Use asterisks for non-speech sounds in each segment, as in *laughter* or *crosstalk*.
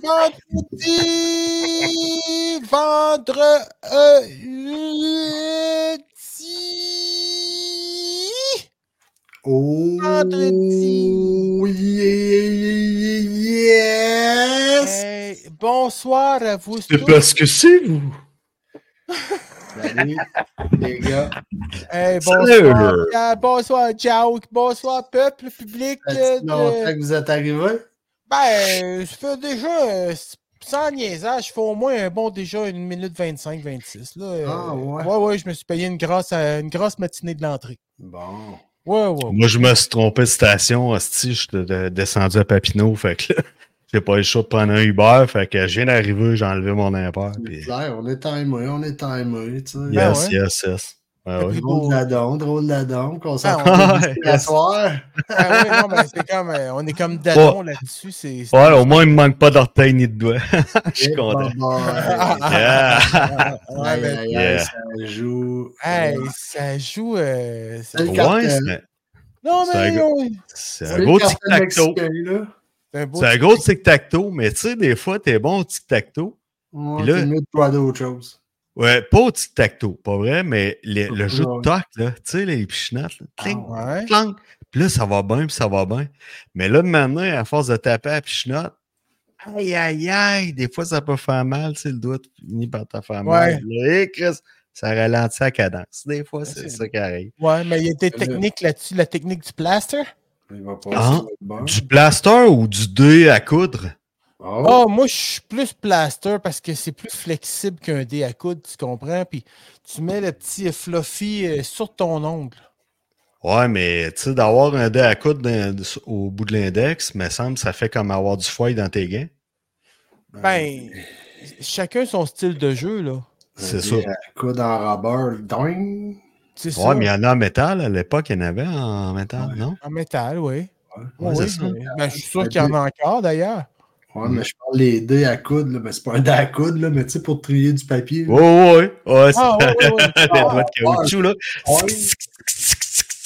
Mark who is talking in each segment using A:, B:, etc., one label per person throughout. A: Vendredi, vendredi, vendredi.
B: Oh,
A: Vendredi.
B: yes!
A: Hey, bonsoir à vous
C: C'est
A: tous.
C: parce que c'est vous.
B: Salut, les
A: *laughs*
B: gars.
A: Hey, bonsoir,
C: Salut.
A: Pierre, bonsoir, Jauk, bonsoir, peuple, public.
B: Ça
A: euh,
B: fait
A: de-
B: longtemps que vous êtes arrivés?
A: Ben, je fais déjà, euh, sans niaisage, je fais au moins un bon déjà une minute 25-26. là.
B: Ah, ouais.
A: ouais, ouais, je me suis payé une grosse, euh, une grosse matinée de l'entrée.
B: Bon.
A: Ouais, ouais.
C: Oh. Moi, je me suis trompé de station. Hostie, je suis de- de- descendu à Papineau. Fait que là, *laughs* j'ai pas eu le choix de prendre un Uber. Fait que je viens d'arriver, j'ai enlevé mon impair.
B: C'est
C: Puis,
B: clair, on est timé, on est timé, tu sais.
A: Yeah.
C: yes,
A: ouais.
C: yes, yes. Ah oui.
B: Drôle de la donde, drôle de la donde, qu'on s'en *laughs*
C: Ah,
B: fait
C: yes.
B: soir.
A: Ah ouais, non, mais c'est comme, euh, on est comme Dadon là-dessus. C'est, c'est-
C: Ouais, au moins, il me manque pas d'orteil ni de doigts. *laughs* Je suis content.
A: *laughs*
B: Ah.
C: Yeah.
A: Ouais, Ah, mais-
C: Yeah.
B: Ça joue.
A: euh, hey,
C: euh,
A: ça joue. euh, c'est-
B: Salut. Le
C: Ouais,
B: cartel.
C: c'est-
A: Non,
C: C'est un
A: mais
C: gars.
A: on-
C: c'est
B: C'est
C: un
B: le
C: gros
B: cartel
C: tic-tac-toe.
B: mexicain, là.
A: c'est un beau.
C: C'est un gros tic-tac-toe, mais tu sais, des fois, t'es bon au tic-tac-toe.
B: Ouais,
C: Puis là-
B: t'es mieux de toi d'autres choses.
C: Ouais, pas au tic-tac-toe, pas vrai, mais les- le jeu
B: Ouais.
C: de toc, là, tu sais, les pichinates, là, cling,
A: Ouais.
C: clang. Puis là, ça va bien, puis ça va bien. Mais là, de maintenant, à force de taper à la pichinotte, aïe, aïe, aïe, des fois, ça peut faire mal, tu sais, le doigt finit par te faire mal. Là, hé, Chris, ça ralentit la cadence. Des fois,
A: c'est-
C: c'est ça qui arrive.
A: Ouais, mais il y a des techniques là-dessus, la technique du plaster.
B: Il va pas
C: Ah.
B: se mettre bon.
C: Du plaster ou du dé à coudre?
B: Oh,
C: Ah
A: Oh, moi, je suis plus plaster parce que c'est plus flexible qu'un dé à coude, tu comprends? Puis tu mets le petit euh, fluffy euh, sur ton ongle.
C: Ouais, mais tu sais, d'avoir un dé à coudre dans- au bout de l'index, me semble, ça fait comme avoir du foil dans tes gains.
A: Ben, chacun son style de jeu, là.
C: C'est ça.
B: sûr. Coup euh, dans rubber, ding.
A: C'est
C: Ouais,
A: ça.
C: mais il y en a en métal. À l'époque, il y en avait en métal, non?
A: En métal, oui.
C: Ouais,
A: Oui,
C: c'est ça.
A: mais- ben, je suis
C: Ah,
A: sûr qu'il y en a encore, d'ailleurs.
B: Ouais, mais je parle les dés à coude, là. Mais c'est pas un dé à coude, là, mais tu sais, pour trier du papier.
C: Ouais, ouais, ouais. Ouais, *laughs* c'est
A: Ah, ouais, ouais, ouais.
B: Ah,
C: *laughs* des doigts de
B: ouais.
C: caoutchouc, là.
B: Ouais.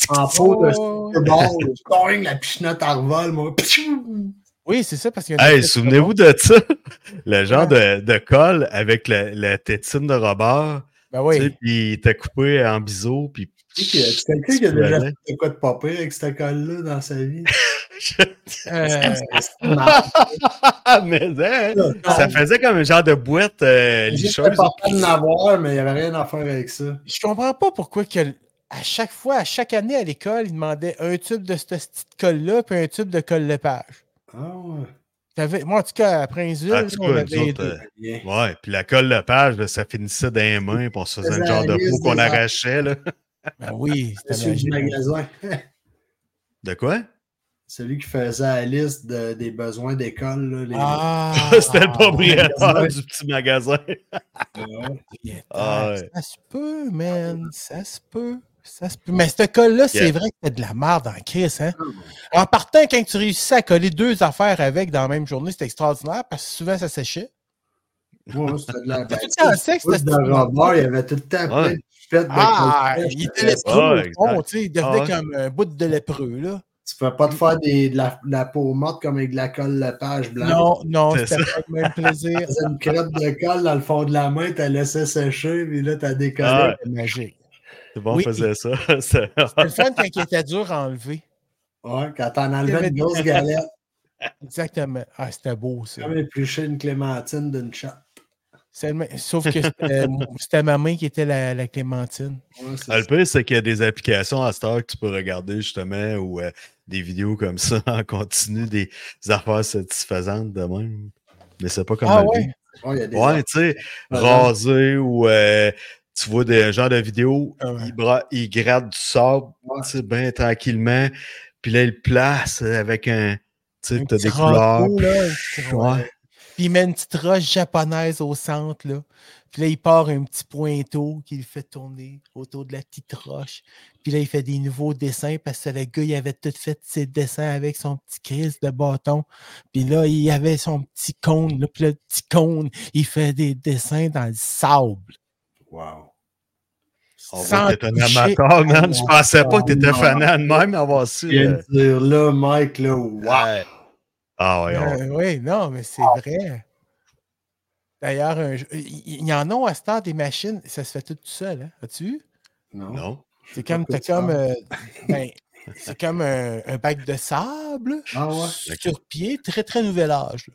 B: En peau, de
A: Ouais, ouais.
B: bord, ding, la pichinotte en revole, moi. Pichou!
A: Oui, c'est ça, parce qu'il y a une
C: Hey,
A: espèce de-
C: souvenez-vous de ça? *laughs* Le genre de, de colle avec la, la tétine de Robert,
A: Ben
C: tu sais,
A: oui.
C: puis il t'a coupé en biseau, puis...
B: Tu sais, tu quelqu'un qui a déjà fait de quoi de pas pire avec cette colle-là dans sa vie.
A: Euh,
C: *laughs* Ah, mais hein, ça faisait comme un genre de boîte euh,
B: Juste
C: licheuse.
B: pas de l'avoir, mais il n'y avait rien à faire avec ça.
A: je comprends pas pourquoi que à chaque fois, à chaque année à l'école, ils demandaient un tube de cette petite colle-là puis un tube de colle lepage.
B: Ah ouais.
A: T'avais- Moi, en tout cas, à Prince
C: En tout
A: on avait
C: cas, Ah, nous
A: les
C: autres,
A: deux.
C: euh,
B: Bien.
C: ouais, puis la colle de page, là, ça finissait dans les mains, puis on se faisait
B: Faisait
C: un genre
B: la
C: de peau
B: liste
C: qu'on
B: des affaires.
C: arrachait, là.
A: Ben oui, c'était
B: Celui du
A: magique.
B: magasin.
C: De quoi?
B: Celui qui faisait la liste de- des besoins d'école. là, les-
A: Ah,
C: *laughs* C'était le propriétaire du petit magasin.
B: Ouais.
C: Ah ouais.
A: Ça se peut, man. Ça se peut. Ça se peut. Mais cette colle-là, c'est
C: Yeah.
A: vrai que c'était de la merde en crise. Hein?
B: Ah,
A: En partant, quand tu réussissais à coller deux affaires avec dans la même journée, c'était extraordinaire parce que souvent, ça séchait.
B: Ouais, c'était de la
A: C'était *laughs* tout le temps sec,
B: Moi,
A: c'était-
B: dans le Robert, il y avait tout le temps plein
C: Ouais.
B: de pipettes de
A: Ah,
B: colle.
A: il était l'escroc au
C: Ouais,
A: fond,
C: exact.
A: tu sais, il devenait
C: Ah ouais.
A: comme un bout de lépreux, là.
B: Tu ne peux pas te faire des- de, la, de la peau morte comme avec de la colle lepage blanche.
A: Non, non,
C: C'est
A: c'était pas le même plaisir.
B: Tu faisais une crotte de colle dans le fond de la main, tu laissé sécher, puis là, tu as décollé.
C: Ah *laughs* ouais.
A: C'était magique.
C: C'est bon,
A: Oui.
C: on faisait ça. *laughs* C'est-
A: C'était le fun quand il était dur à enlever.
B: Ouais, quand t'en
A: Il y avait
B: enlevais une
A: des-
B: grosse galette,
A: Exactement. Ah, c'était beau, ça.
B: comme éplucher une clémentine d'une chatte.
A: C'est le même- Sauf que
C: *laughs*
A: c'était euh, c'était ma main qui était la, la clémentine.
B: Ouais, c'est
C: Ah, le
B: ça.
C: pire, c'est qu'il y a des applications à cette heure que tu peux regarder justement ou euh, des vidéos comme ça *laughs* en continu, des affaires satisfaisantes de même. Mais c'est pas comme
A: Ah
C: le
A: ouais? Ah
B: Ouais,
C: livre.
B: il y a des-
C: Ouais, tu sais,
B: Ouais.
C: raser ou euh, tu vois des genres de vidéos,
A: Ah ouais.
C: il, bra- il gratte du sable,
B: Ouais.
C: tu sais, bien tranquillement. Puis là, il le place avec un. Tu sais,
A: Un
C: t'as
A: petit
C: des couleurs.
A: râteau, là, un petit
C: puis-
A: râteau.
C: ouais.
A: Puis il met une petite roche japonaise au centre, là. Puis là, il part un petit pointeau qu'il fait tourner autour de la petite roche. Puis là, il fait des nouveaux dessins parce que le gars, il avait tout fait ses dessins avec son petit crise de bâton. Puis là, il avait son petit cône, là. Puis le petit cône, il fait des dessins dans le sable.
B: Wow.
C: On
A: Sans
C: voit que t'es un
A: toucher.
C: amateur, man. Je pensais pas que t'étais
B: Non.
C: fanat de même avoir su.
B: Je viens
C: euh,
B: de dire là, Mike, là, wow.
C: ouais. Ah ouais, on-
A: Euh, oui, non, mais c'est vrai. D'ailleurs, un jeu- il il y, en a à ce temps des machines, ça se fait tout, tout seul, hein? As-tu vu?
B: Non.
C: non.
A: C'est comme,
B: Pourquoi
A: t'as
B: tu
A: comme,
B: parles?
A: euh, ben, c'est comme un, un bac de sable
B: Ah ouais.
A: sur pied, très très nouvel âge. là.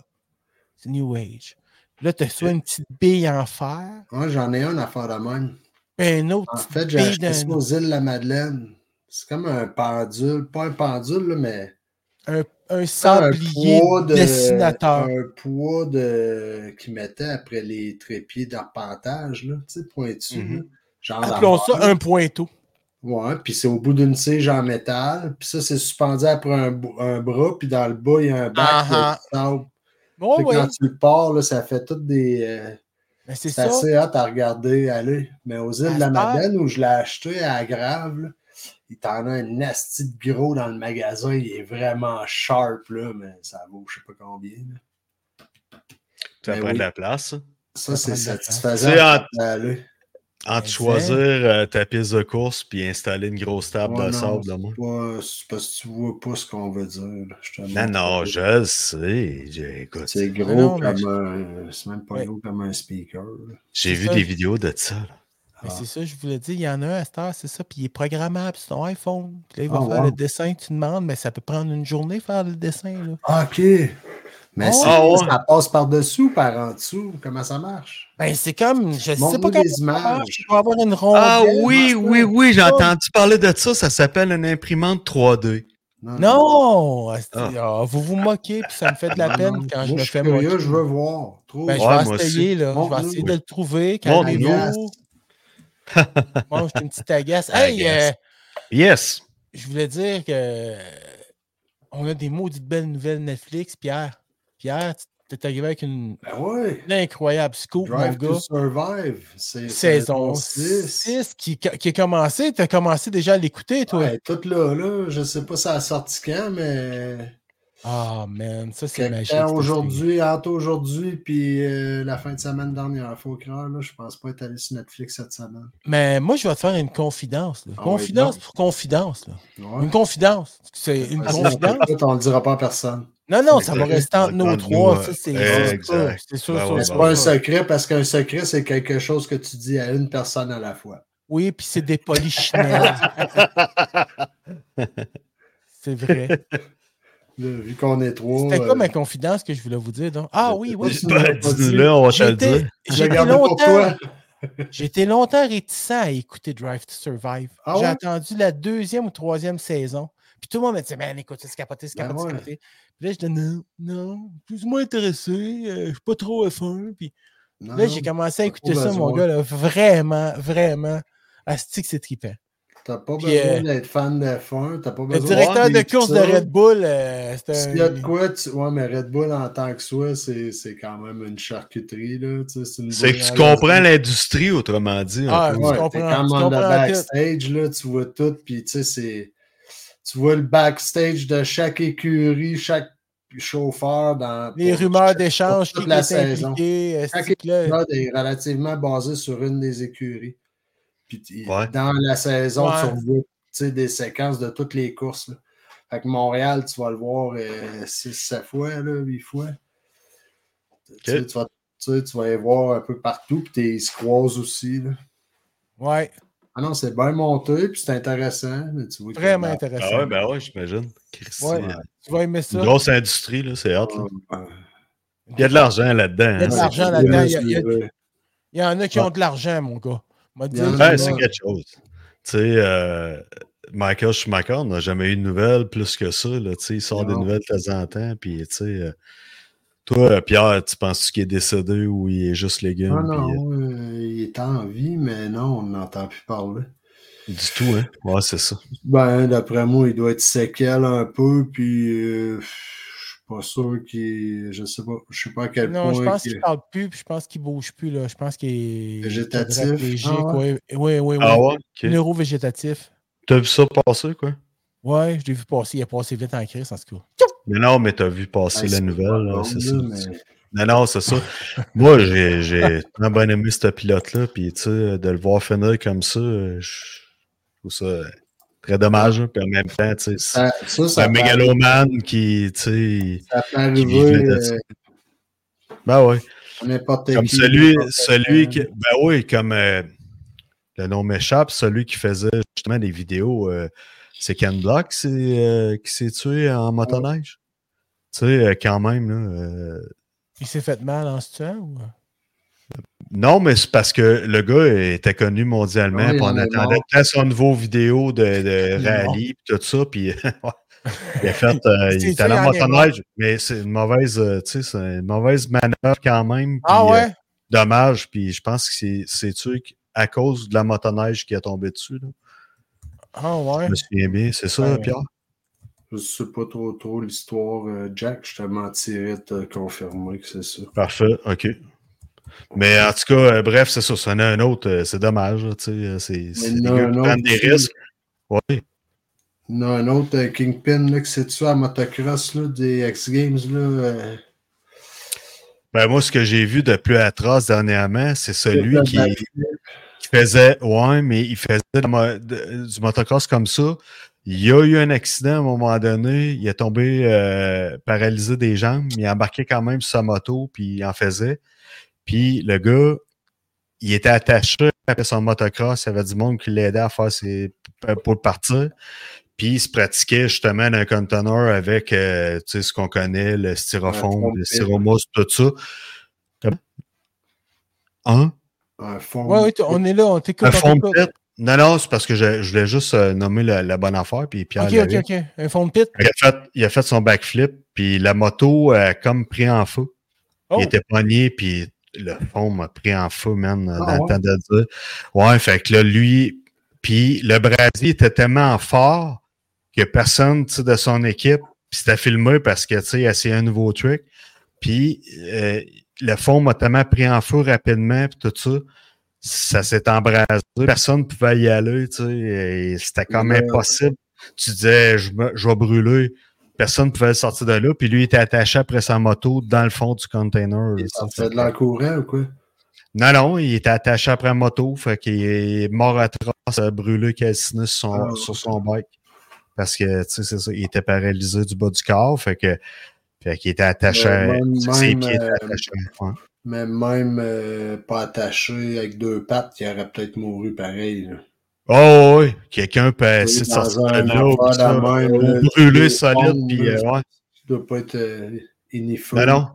A: C'est New Age. Là, tu as soit une petite bille en fer,
B: Ouais, j'en ai un à faire de même.
A: puis un autre
B: En
A: petite
B: fait, j'ai
A: bille
B: acheté
A: d'un-
B: ça aux îles de la Madeleine. C'est comme un pendule, pas un pendule, là, mais
A: un
B: un
A: sablier dessinateur.
B: Un poids de qui mettait après les trépieds d'arpentage, là, tu sais, pointu.
C: Mhm.
B: là. Genre
A: Mm-hmm. Appelons
B: d'armoire.
A: ça un pointeau.
B: Ouais, puis c'est au bout d'une tige en métal, puis ça, c'est suspendu après un, bou- un bras, puis dans le bas, il y a un bac il y a
A: Ah,
B: du sable.
A: Oh,
B: Fait que
A: oui,
B: Quand tu le pars, là, ça fait toutes des. euh,
A: mais c'est ça.
B: c'est assez hâte à regarder aller. Mais aux îles de la
A: À cette heure-
B: Madeleine, où je l'ai acheté à Grave, là, il t'en a un asti de gros dans le magasin. Il est vraiment sharp, là, mais ça vaut je sais pas combien. là.
C: Ça
B: Ben
C: prend
B: oui.
C: de la place. hein.
B: Ça,
C: ça.
A: Ça
B: c'est
A: prend de la place.
B: satisfaisant.
C: C'est hâte.
B: à aller.
C: Entre
A: Exact.
C: choisir euh, ta piste de course puis installer une grosse table
B: Ouais,
C: de
B: non,
C: sable de
B: c'est
C: moi.
B: pas- c'est parce que tu vois pas ce qu'on veut dire. là. Je te
C: Non,
B: montre.
C: non, je le sais. J'ai- Écoute,
B: C'est gros
A: Ah Non, mais-
B: comme un. C'est même pas
A: Ouais.
B: gros comme un speaker. là.
C: j'ai vu
A: ça,
C: des
A: je-
C: vidéos de ça. là.
A: Mais
B: Ah.
A: c'est ça, je voulais dire, il y en a un à cette heure, c'est ça, puis il est programmable sur ton iPhone. Puis là, il va
B: Ah,
A: faire le
B: ouais.
A: dessin que tu demandes, mais ça peut prendre une journée faire le dessin. Là.
B: Ah, OK. Mais
A: Ah
B: c'est-
C: ouais.
B: ça passe par-dessous ou par en dessous? Comment ça marche?
A: Ben, c'est comme, je sais
B: Montre-nous
A: pas comment
B: des
A: ça marche,
B: images.
A: je vais avoir une rondelle.
C: Ah oui,
A: dans ça.
C: oui, oui, j'ai entendu parler de ça. Ça s'appelle une imprimante 3D.
B: Hein.
A: Non! Asti,
C: Ah.
A: ah, vous vous moquez, puis ça me fait de
B: Ah,
A: la peine Ah ben, quand je
B: Moi,
A: me
B: suis
A: fais
B: curieux,
A: moquer.
B: je veux voir. Trouve.
A: Ben, je
C: Ouais,
A: vais
C: moi
A: essayer, là. Je vais
B: Montre-nous.
A: essayer
C: Oui.
A: de le trouver.
C: Montre-nous.
A: Calmez-vous. Moi, je suis une petite
B: *laughs*
A: agace. Hey,
C: Agace.
A: euh,
C: Yes.
A: je voulais dire que euh, on a des maudites belles nouvelles Netflix, Pierre. Pierre, tu t'es arrivé avec une,
B: Ben ouais.
A: une incroyable scoop,
B: Drive
A: mon
B: to
A: gars.
B: Survive. C'est
A: Saison
B: 6.
A: 6 qui, qui est commencé. Tu as commencé déjà à l'écouter, toi.
B: Ouais, tout là, là. Je sais pas ça a sorti quand, mais.
A: Ah, man, ça, c'est
B: Quelque
A: magique.
B: temps
A: cette
B: aujourd'hui, entre aujourd'hui, puis euh, la fin de semaine dernière, faut croire, là, je pense pas être allé sur Netflix cette semaine.
A: série. Mais moi, je vais te faire une confidence. là.
B: Ah ouais,
A: confidence
B: donc.
A: pour confidence. là.
B: Ouais.
A: Une confidence. C'est une
B: Ouais,
C: Ah,
B: c'est
A: confidence.
B: peut-être, on le dira pas à personne.
A: Non, non, ça va
C: Exact.
A: rester entre nous
C: Entre nous,
A: trois.
C: ouais.
A: Ça, c'est
C: euh, Exact.
A: sûr. C'est sûr.
C: Ben
A: sûr,
C: ouais,
B: Mais
A: sûr,
B: c'est pas un
A: sûr.
B: secret parce qu'un secret, c'est quelque chose que tu dis à une personne à la fois.
A: Oui, puis c'est des
C: *laughs*
A: polichinelles. c'est vrai.
B: Là, vu qu'on est trois.
A: C'était
B: euh,
A: quoi ma confidence que je voulais vous dire? Donc? Ah oui, oui.
B: Juste
A: oui.
B: pas
C: *laughs* Ben, Dis-le, on va te le
A: J'étais
B: je
C: dire.
B: l'ai
A: j'étais
B: gardé pour
A: longtemps,
B: toi.
A: j'étais longtemps réticent à écouter Drive to Survive.
B: Ah
A: J'ai
B: ouais?
A: attendu la deuxième ou troisième saison. Puis tout le monde me disait, man, écoute, c'est capoté, c'est
B: Ben
A: capoté, c'est
B: ouais.
A: capoté. Puis là, je dis, non, non, plus ou moins intéressé, euh, je suis pas trop F1. Puis
B: Ah Non,
A: là, j'ai
B: non,
A: commencé à
B: pas
A: écouter ça, mon
B: besoin.
A: gars, là, vraiment, vraiment. Asti que c'est trippant.
B: T'as pas
A: Puis,
B: besoin
A: euh,
B: d'être fan de F1, t'as pas
A: Le
B: besoin
A: directeur de course de
B: ça.
A: Red Bull, euh, c'est
B: S'il y a de
A: un.
B: quoi, tu... ouais, mais Red Bull en tant que soi, c'est c'est quand même une charcuterie. là, tu sais, C'est une
C: C'est que tu
B: bouillie à
C: comprends
B: la-
C: l'industrie, autrement dit. un
A: Ah,
C: peu.
A: ouais.
B: Ouais,
A: Tu
B: t'es
A: comprends-
B: comme
A: tu
B: on the
A: comprends tout.
B: backstage, là, tu vois tout, puis tu sais, c'est. Tu vois le backstage de chaque écurie, chaque chauffeur dans.
A: Les
B: pour
A: rumeurs
B: chaque-
A: d'échange
B: toute
A: qui étaient
B: la saison.
A: impliquées. euh,
B: Chaque
A: c'est que là-
B: épisode est relativement basé sur une des écuries. Puis t-
C: Ouais.
B: dans la saison,
A: Ouais.
B: tu revois, tu sais, des séquences de toutes les courses. là. Fait que Montréal, tu vas le voir 6-7 fois, 8 fois. Tu, sais, tu vas, tu sais, tu vas les voir un peu partout, puis t'es- ils se croisent aussi. là.
A: Ouais,
B: Ah non, c'est bien monté, puis c'est intéressant. mais tu vois que-
A: vraiment
C: Ah
A: intéressant.
C: ouais, ben ouais, j'imagine. Christy,
A: Ouais.
C: euh,
A: Tu vas aimer ça.
C: Une grosse industrie, là, c'est hot. là.
B: Ah,
C: Il y a de l'argent là-dedans.
A: Il y a de
C: hein,
A: l'argent
C: c'est-
A: là-dedans.
B: euh, ouais,
A: il y a- il y a-
B: c'est vrai.
A: Il y en a qui ont de l'argent, mon gars. M'a dit,
B: Il y en a-
A: là,
C: Ouais, c'est quelque chose. Tu sais, euh, Michael Schumacher, on n'a jamais eu de nouvelles plus que ça. Là, tu sais, il sort des
B: Non.
C: nouvelles de temps en temps. Puis, tu sais, euh, toi, euh, Pierre, tu penses-tu qu'il est décédé ou il est juste légume?
B: Ah
C: puis,
B: non, euh, il est en vie, mais non, on n'entend plus parler.
C: euh, du tout, hein? Ouais, c'est ça.
B: Ben, d'après moi, il doit être séquel un peu, puis euh, je suis pas sûr qu'il. Je sais pas. Je sais pas à quel
A: Non, je
B: point.
A: pense
B: qu'il-
A: qu'il parle plus, puis je pense qu'il bouge plus, là. Je pense qu'il est
B: Végétatif,
A: quadraplégique,
B: ah
A: ouais. Oui, oui, oui.
C: Ah ouais? ok.
A: Neurovégétatif.
C: T'as vu ça passer, quoi?
A: Ouais, je l'ai vu passer. Il a passé vite en crise, en tout cas.
C: Mais non, mais t'as vu
B: Ben,
C: passer Ah, la
B: c'est
C: nouvelle.
B: pas
C: là,
B: bon,
C: c'est
B: là,
C: ça.
B: mais
C: Non, non, c'est ça. Moi, j'ai j'ai tant bien aimé ce pilote-là. Puis, tu sais, de le voir finir comme ça, euh, je trouve ça euh, très dommage. hein. Puis en même temps, tu sais, c'est
B: Ça, ça,
C: c'est
B: ça
C: un
B: peut
C: mégalomane qui, tu sais, il-
B: arriver- ça peut
C: qui vivait
B: arriver
C: de ça. ben ouais.
B: euh, n'importe
C: Comme
B: qui,
C: celui,
B: n'importe
C: celui
B: quand.
C: qui, ben oui, comme euh, le nom m'échappe, celui qui faisait justement des vidéos, euh, c'est Ken Block c'est, euh, qui s'est tué en motoneige. Tu sais, euh, quand même, là, euh,
A: Il s'est fait mal en se tuant ou.
C: Non, mais c'est parce que le gars était connu mondialement,
B: Oui,
C: puis on
B: il est
C: attendait
B: mort.
C: peut-être son nouveau vidéo de,
A: *laughs*
C: de
A: Il est
C: rallye, puis tout ça, puis euh, *laughs* ouais, il a
A: *laughs*
C: fait, euh,
A: C'est
C: il est
A: sûr,
C: allé en
A: il en est
C: motoneige, mais c'est une mauvaise, euh, tu sais, c'est une mauvaise manœuvre quand même, puis,
A: Ah ouais?
C: euh, dommage, puis je pense que c'est- c'est tu à cause de la motoneige qui a tombé dessus, là.
A: Ah
C: je
A: ouais.
C: me souviens bien, c'est ça,
A: Ouais.
C: Pierre?
B: Je sais pas trop trop l'histoire, euh, Jack. Je te mentirais de te confirmer que c'est ça.
C: Parfait, ok. Mais en tout cas, euh, bref, c'est ça, ça en a un autre, euh, c'est dommage, là, tu sais, euh, c'est c'est
B: il y
C: des
B: en a
C: gars
B: un
C: qui
B: autre
C: prennent des
B: aussi.
C: risques. Ouais.
B: Il y en a un autre euh, Kingpin là, qui s'est tué à motocross là, des X Games. Là, euh,
C: Ben, moi, ce que j'ai vu de plus atroce dernièrement, c'est celui
B: *laughs* Jason
C: qui,
B: Bateman.
C: qui faisait, ouais, mais il faisait de mo- de- du motocross comme ça. Il y a eu un accident à un moment donné. Il est tombé euh, paralysé des jambes, mais il embarquait quand même sur sa moto, puis il en faisait. Puis le gars, il était attaché après son motocross. Il y avait du monde qui l'aidait à faire ses. pour partir. Puis il se pratiquait justement dans un conteneur avec euh, tu sais, ce qu'on connaît, le
B: Un
C: styrofoam, le
B: fond de pile.
C: styromousse, tout ça. Comment? Hein?
B: Un fond.
A: Ouais, ouais, t- on est là, on t'écoute.
C: Un
A: on
C: fond de
A: t'écoute.
C: pit? Non, non, c'est parce que je, je voulais juste euh, nommer la, la bonne affaire, puis Pierre
A: Ok, ok,
C: l'avait.
A: ok. Un fond de pit.
C: il, a fait, il a fait son backflip, puis la moto a comme pris en feu.
A: Oh,
C: Il était pogné, puis le fond m'a pris en feu, man,
B: Ah,
C: dans le
B: ouais?
C: temps de dire. Ouais, fait que là, lui, puis le brasier était tellement fort que personne, tu sais, de son équipe, puis c'était filmé parce que, tu sais, il essayait un nouveau truc. Puis euh, le fond m'a tellement pris en feu rapidement, puis tout ça. Ça s'est embrasé. Personne ne pouvait y aller, tu sais. et C'était comme
B: Ouais.
C: impossible. Tu disais, je, me- je vais brûler. Personne ne pouvait sortir de là. Puis lui, il était attaché après sa moto dans le fond du container.
B: Il
C: Ça,
B: sortait de l'air courant ou quoi?
C: non, non, il était attaché après la moto, fait qu'il est mort à trace, euh, brûlé, calciné sur son,
B: Ah.
C: sur son bike. Parce que, tu sais, c'est ça, il était paralysé du bas du corps, fait que, fait qu'il était attaché,
B: Euh, même-
C: tu sais, ses
B: même,
C: pieds étaient
B: euh,
C: attachés. ouais.
B: Mais même euh, pas attaché avec deux pattes, il aurait peut-être mouru pareil. là.
C: Oh, oui, quelqu'un peut
B: Oui,
C: essayer de
B: dans
C: sortir
B: un
C: de là, ou
B: endroit
C: ça,
B: de même,
C: ou
B: là,
C: brûlé
B: des
C: solide,
B: bombes,
C: puis,
B: là.
C: euh, ouais.
B: Tu dois pas être euh, uniforme.
C: Non, Ben non.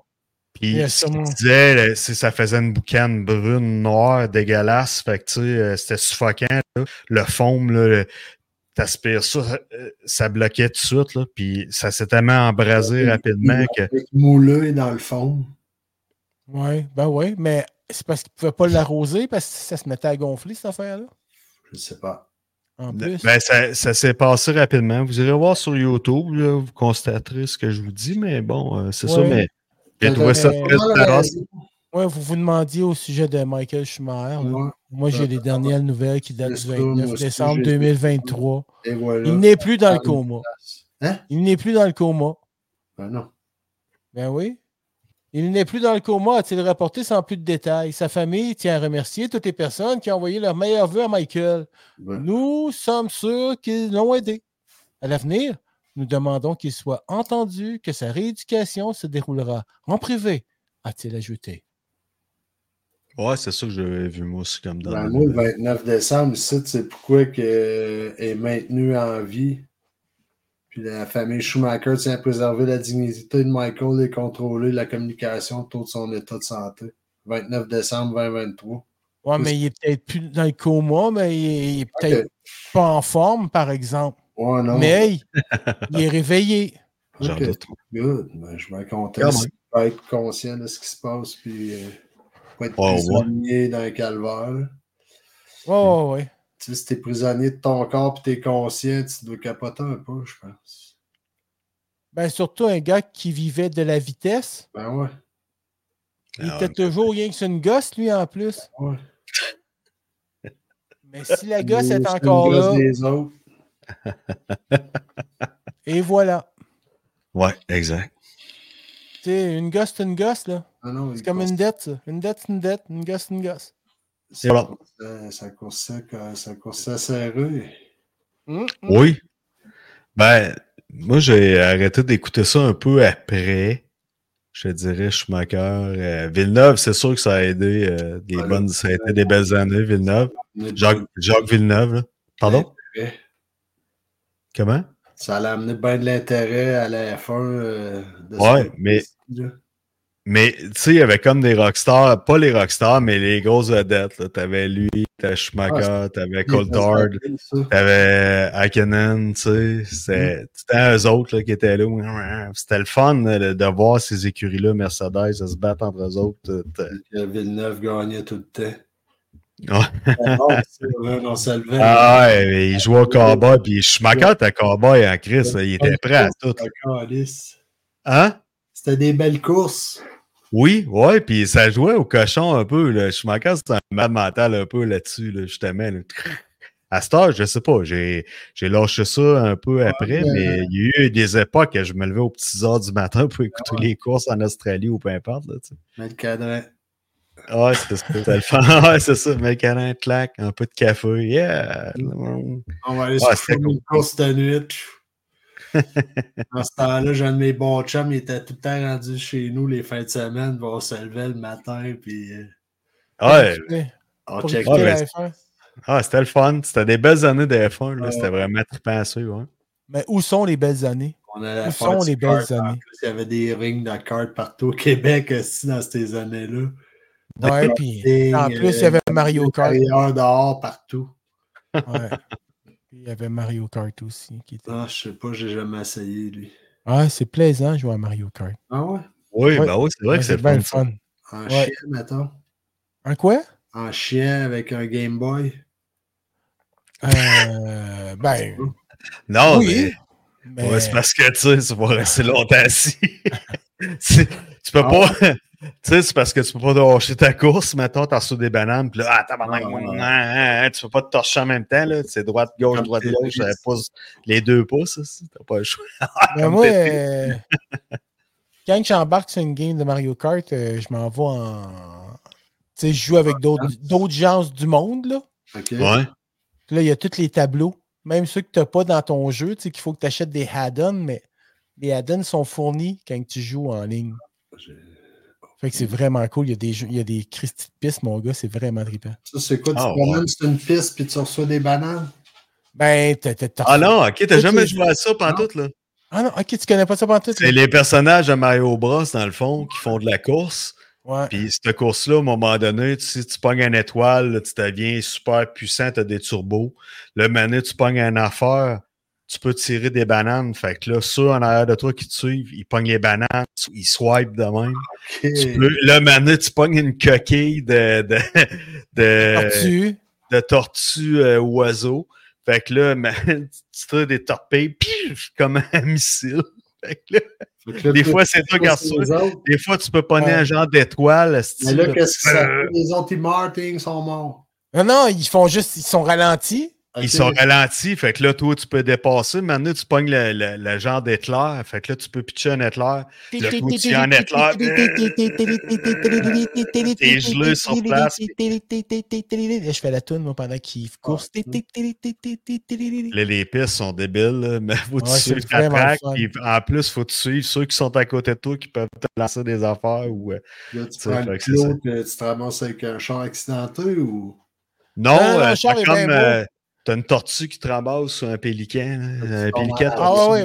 C: Puis,
A: Il y a
C: ce qu'il
A: sûrement-
C: disait, là, c'est- ça faisait une boucane brune, noire, dégueulasse. Fait que, tu sais, euh, c'était suffocant. là. Le foam, là, le- t'aspires ça, euh, ça bloquait tout de suite. Là, puis, ça s'est tellement embrasé
B: Oui,
C: rapidement que.
B: Avec moulé dans le fond.
A: ouais, ben ouais, mais c'est parce qu'il ne pouvait pas l'arroser parce que ça se mettait à gonfler, cette affaire-là.
B: Je sais pas.
A: En plus.
C: Ben, ça ça s'est passé rapidement. Vous irez voir sur YouTube, là, vous constaterez ce que je vous dis, mais bon, euh, c'est ça,
A: Ouais.
C: mais j'ai
B: Ça
C: trouvé ça
A: donnait-
C: très atroce.
A: Ouais, vous vous demandiez au sujet de Michael Schumacher. là.
B: Ouais,
A: Moi, j'ai les dernières nouvelles qui datent
B: C'est
A: du
B: ça, moi
A: 29
B: aussi,
A: décembre
B: j'ai-
A: 2023.
B: Et voilà.
A: Il n'est plus dans le
B: Ah,
A: coma.
B: Hein?
A: Il n'est plus dans le coma.
B: Ben non.
A: Ben oui. Il n'est plus dans le coma, a-t-il rapporté sans plus de détails. Sa famille tient à remercier toutes les personnes qui ont envoyé leurs meilleurs vœux à Michael.
B: Ben,
A: Nous sommes sûrs qu'ils l'ont aidé. À l'avenir, nous demandons qu'il soit entendu que sa rééducation se déroulera en privé, a-t-il ajouté.
C: Ouais, c'est ça que j'avais vu, moi aussi, comme dans.
B: ben,
C: le-
B: moi, le 29 décembre, ici, c'est pourquoi que, euh, est maintenu en vie. Puis la famille Schumacher tient à préserver la dignité de Michael et contrôler la communication autour de son état de santé. 29 décembre 2023.
A: Ouais,
B: Oui.
A: mais il est peut-être plus dans le coma, mais il est, il est peut-être pas en forme, par exemple.
B: Ouais, non.
A: Mais hey, il est réveillé.
C: J'en
B: Ok.
C: doute.
B: Good. Ben, je vais être content.
C: Quand
B: si
C: même.
B: Je vais être conscient de ce qui se passe. Puis, euh, pas être
C: Oh, Ouais, ouais.
B: prisonnier dans le calvaire.
A: Ouais, ouais, ouais.
B: Tu sais, si t'es prisonnier de ton corps et t'es conscient, tu dois capoter un peu, je pense.
A: Ben, surtout un gars qui vivait de la vitesse.
B: Ben ouais.
A: Il
C: Ah,
A: était toujours rien que c'est une gosse, lui, en plus.
B: ouais.
A: *laughs* Mais si la gosse
B: Les-
A: est
B: c'est
A: encore
B: une gosse
A: là,
B: des autres.
A: et voilà.
C: Ouais, exact.
A: Tu sais, une gosse, c'est une gosse, là.
B: Non, Ah non,
A: C'est
B: il
A: comme
B: course-
A: une dette, ça. Une dette, c'est une dette. Une gosse, c'est une gosse.
B: Ça
C: Voilà.
B: coursait- euh, ça coursait, quand- ça coursait serré.
A: Hum, hum.
C: Oui. Ben, moi, j'ai arrêté d'écouter ça un peu après. Je te dirais Schumacher. euh, Villeneuve, c'est sûr que ça a aidé euh, des
B: Voilà.
C: bonnes, ça a été des belles années, Villeneuve. Jacques, Jacques Villeneuve, là. Pardon?
B: Ouais.
C: Comment?
B: Ça allait amener bien de l'intérêt à la F1. euh, de
C: Ouais,
B: ce-
C: mais-
B: là.
C: Mais tu sais, il y avait comme des rockstars, pas les rockstars, mais les grosses vedettes. là. T'avais lui, t'avais
B: Ah,
C: Schumacher, t'avais Coulthard,
B: Ça.
C: T'avais euh, Hakkinen, tu sais, c'était c'était eux autres là, qui étaient là. C'était le fun là, de, de voir ces écuries-là, Mercedes, à se battre entre eux autres. tout, euh.
B: Que Villeneuve gagnait tout le temps. Ah
C: Ouais.
B: Non, c'est vrai, on se levait.
C: Ah ouais, mais ils jouaient au cowboy, puis Schumacher était cowboy en Chris, là, il était prêt à tout.
B: C'était calice.
C: Hein?
B: C'était des belles courses.
C: Oui, ouais, puis ça jouait au cochon un peu. Là. Schumacher, c'est un mal mental un peu là-dessus, là, justement. là. À cette heure, je sais pas, j'ai j'ai lâché ça un peu après,
A: euh,
B: ben-
C: mais il y a eu des époques que je me levais aux petites heures du matin pour écouter
A: Ah.
C: les courses en Australie ou peu importe. Là, tu sais.
B: Mais le cadran.
C: ouais, c'est ça, c'était le fun. *laughs* Ouais, c'est ça, mes câlins, clac, un peu de café, yeah!
B: On va aller
C: Ah,
B: se
C: c'était
B: faire une course de nuit.
C: *laughs*
B: Dans ce temps-là, j'ai un de mes bons chums, il était tout le temps rendu chez nous les fins de semaine. puis On se levait le matin, puis euh,
C: Ouais,
A: Ouais,
B: on
A: pour
B: checkait.
A: écouter
C: Ouais,
A: la
C: mais-
A: F1.
C: ah, c'était le fun, c'était des belles années de F1, là,
A: Ah,
B: Ouais.
C: c'était vraiment trippant à suivre. hein.
A: Mais où sont les belles années?
B: On allait
A: Où
B: faire
A: sont
B: du hein.
A: les belles
B: kart. En
A: années?
B: plus, il y avait des rings de cartes partout au Québec *laughs* aussi dans ces années-là.
A: Ouais, puis en plus, il y avait Mario Kart.
B: Des carrières dehors partout.
A: Ouais. Puis, Il y avait Mario Kart aussi. Qui était...
B: Ah, je sais pas, j'ai jamais essayé, lui.
A: Ah, c'est plaisant de jouer à Mario Kart.
B: Ah ouais?
C: Oui,
A: Ouais.
C: bah oui, c'est vrai
A: Ouais,
C: que c'est le
A: bien
C: fun.
A: le fun.
B: En
A: Ouais.
B: chien, mettons.
A: Un quoi?
B: En chien avec un Game Boy.
C: *laughs*
A: Euh, ben,
C: ça. Non,
A: Oui,
C: mais...
A: mais-
C: Ouais, c'est parce que tu sais, tu vas rester longtemps assis. *laughs* tu, tu peux
B: Ah.
C: pas. *laughs* Tu sais, c'est parce que tu peux pas lâcher ta course, mettons, t'en reçois des bananes, puis là, ah, tabarnak,
B: Ah,
C: moi,
B: ouais.
C: non, hein, hein, tu peux pas te torcher en même temps, là. C'est droite, gauche,
B: Comme
C: droite,
B: t'es
C: gauche,
B: triste.
C: euh, pouce, les deux pouces, aussi, t'as pas le choix.
A: mais
C: comme
A: ben, moi,
C: t'es
A: euh, quand j'embarque sur une game de Mario Kart, euh, je m'en vais en. Tu sais, je joue
C: Ah,
A: avec d'autres d'autres gens du monde, là.
B: OK?
C: Ouais.
A: Puis Là, il y a tous les tableaux, même ceux que tu n'as pas dans ton jeu, tu sais, qu'il faut que tu achètes des add-ons, mais les add-ons sont fournis quand tu joues en ligne.
B: Je-
A: Fait que c'est vraiment cool. Il y a des, jeux- il y a des Christy de pistes, mon gars, c'est vraiment trippant.
B: Ça, c'est quoi? Tu
C: Ah,
B: te promènes sur une piste puis tu reçois des bananes?
A: Ben, t'as. t'as- t'as-
C: Ah non, ok, t'as
A: Ok.
C: jamais joué à ça pantoute, là.
A: Ah non, ok, tu connais pas ça pendant tout.
C: C'est les personnages de Mario Bros, dans le fond, qui font de la course.
A: Ouais.
C: Puis cette course-là, à un moment donné, tu- si tu pognes une étoile, là, tu deviens super puissant, tu as des turbos. Le mané, tu pognes une affaire, tu peux tirer des bananes. Fait que là, ceux en arrière de toi qui te suivent, ils pognent les bananes, ils swipe de même.
B: OK.
C: Tu peux- le mané, tu pognes une coquille de, de, de,
A: Tortue.
C: de tortue euh, oiseau. Fait que là, *laughs* man, tu tires des torpilles, pif, comme un *laughs* missile. Fait que là,
B: Fait que là,
C: des
B: toi,
C: fois, c'est toi
B: tu
C: qui en
B: reçois
C: reçois.
B: les autres.
C: Des fois, tu peux pogner
A: Ouais.
C: un genre d'étoile.
B: Mais
C: style
B: là,
C: de-
B: qu'est-ce que ça
C: euh,
B: fait? Les autres, ils meurent, ils sont morts.
A: Non, non, ils font juste, ils sont ralentis.
B: OK.
C: Ils sont ralentis, fait que là, toi, tu peux dépasser. Maintenant, tu pognes le, le- le genre d'éclair, fait que là, tu peux pitcher un éclair. Le coup, tu y en es clair. T'es gelé sur place. Ah,
A: Je fais la toune, moi, pendant qu'ils courent.
C: Là, les pistes sont débiles, là, *laughs* mais faut que
A: Ouais,
C: tu
A: c'est
C: suives ta
A: vraiment
C: track.
A: fun.
C: puis en plus, faut que tu suives ceux qui sont à côté de toi qui peuvent te lancer des affaires. Ou, euh,
B: Là, tu
C: Ça
B: prends
C: fait
B: le
C: que c'est ça.
B: pilote, euh, tu te ramasses avec un char accidenté ou.
A: Non,
C: Non,
A: non,
C: euh,
A: Charles
C: t'as
A: est bien
C: comme
A: beau.
C: euh, t'as une tortue qui te ramasse sur un pélican. hein,
B: Tu
C: Un
B: tombes
C: pélican
B: malade.
A: Ah
C: tortue,
A: ouais, ouais,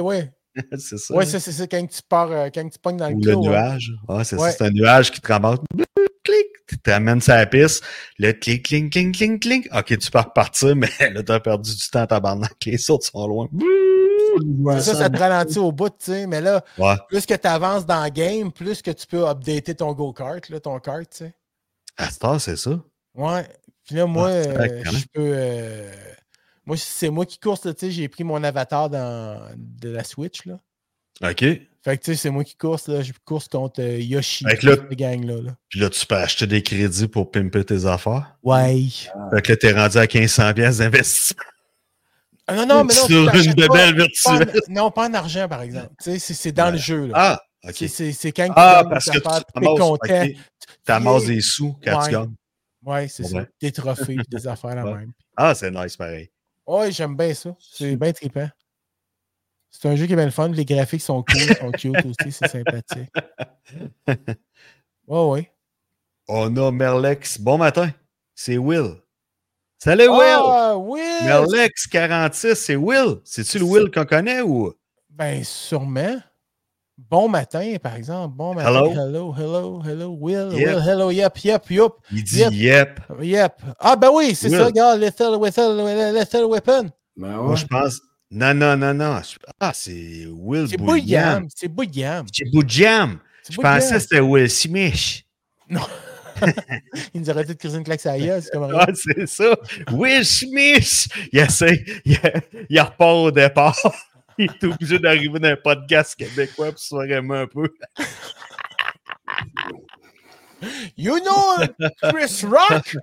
A: ouais.
C: *laughs* c'est ça.
A: Ouais, ça, c'est ça, quand tu pars, euh, quand tu pognes dans le
C: Ou le
A: clos. hein.
C: nuage. Ah, c'est
A: Ouais.
C: ça, c'est un nuage qui te ramasse. Bloup, Clic, tu t'amènes sur la piste. Le clic, clink, clink, clink, clink. OK, tu peux repartir, mais *laughs* là, t'as perdu du temps, tabarnak. Les autres sont loin. Bloup.
A: Ça, ça te ralentit au bout, tu sais. Mais là,
C: hein. Ouais.
A: plus que tu avances dans le game, plus que tu peux updater ton go-kart, là, ton kart, tu sais.
C: À cette heure, c'est ça.
A: Ouais. Puis là, moi,
C: c'est hein. vrai,
A: euh,
C: quand même.
A: je peux. euh, moi, c'est moi qui course, là, tu sais. J'ai pris mon avatar dans, de la Switch, là.
C: OK.
A: Fait que, tu sais, c'est moi qui course, là. Je course contre euh, Yoshi,
C: Fait que là-
A: cette gang-là. là.
C: Puis là, tu peux acheter des crédits pour pimper tes affaires.
A: Ouais.
C: Fait que là, t'es rendu à 1500 pièces d'investissement
A: Ah, non, non, mais non. tu
C: sur une
A: t'achètes pas-
C: bebelle
A: pas en-
C: virtuelle.
A: non, pas en argent, par exemple. Tu sais, c'est- c'est dans le jeu, là.
C: Ah, OK.
A: C'est- C'est c'est quand tu
C: Ah,
A: gagnes
C: parce
A: une
C: que tu
A: affaire, t'es
C: t'amasses
A: content.
C: ok. T'amasses
A: Yeah.
C: des sous quand
A: Ouais.
C: tu gagnes.
A: Oui, c'est ça.
C: Ouais.
A: Des trophées puis
C: *laughs*
A: des affaires la
C: ben. Ouais.
A: même.
C: Ah, c'est nice, pareil.
A: Oui, j'aime bien ça. C'est bien trippant. C'est un jeu qui est bien le fun. Les graphiques sont cool, sont cute aussi, c'est sympathique. Oui, oui.
C: On a Merlex. Bon matin. C'est Will. Salut, Will!
A: Ah, Will!
C: Merlex46, c'est Will. C'est-tu le Will qu'on connaît ou.
A: Ben, sûrement. Bon matin, par exemple. Bon matin.
C: Hello.
A: hello, hello, hello, Will,
C: Yep.
A: Will, hello, yep, yep, yep,
C: Il dit
A: Yep.
C: yep.
A: yep. Ah, ben oui, c'est
C: Will.
A: ça, regarde, Lethal, Lethal, Lethal Weapon.
B: Ben
C: Moi,
B: ouais.
C: je pense. Non, non, non, non. Je- Ah, c'est Will
A: C'est
C: Bouillard.
A: Bouillame, c'est Bouillame.
C: C'est Bouillard.
A: c'est
C: Je
A: Bouillame.
C: pensais que c'était Will Smith.
A: Il nous aurait dit de criser une claque à la gueule, c'est comme
C: Ah, c'est ça. Will Smith. Il essaie. Il, il repart au départ. *laughs* Il est obligé d'arriver dans un podcast québécois pour se faire aimer un peu. *laughs*
A: You know Chris Rock?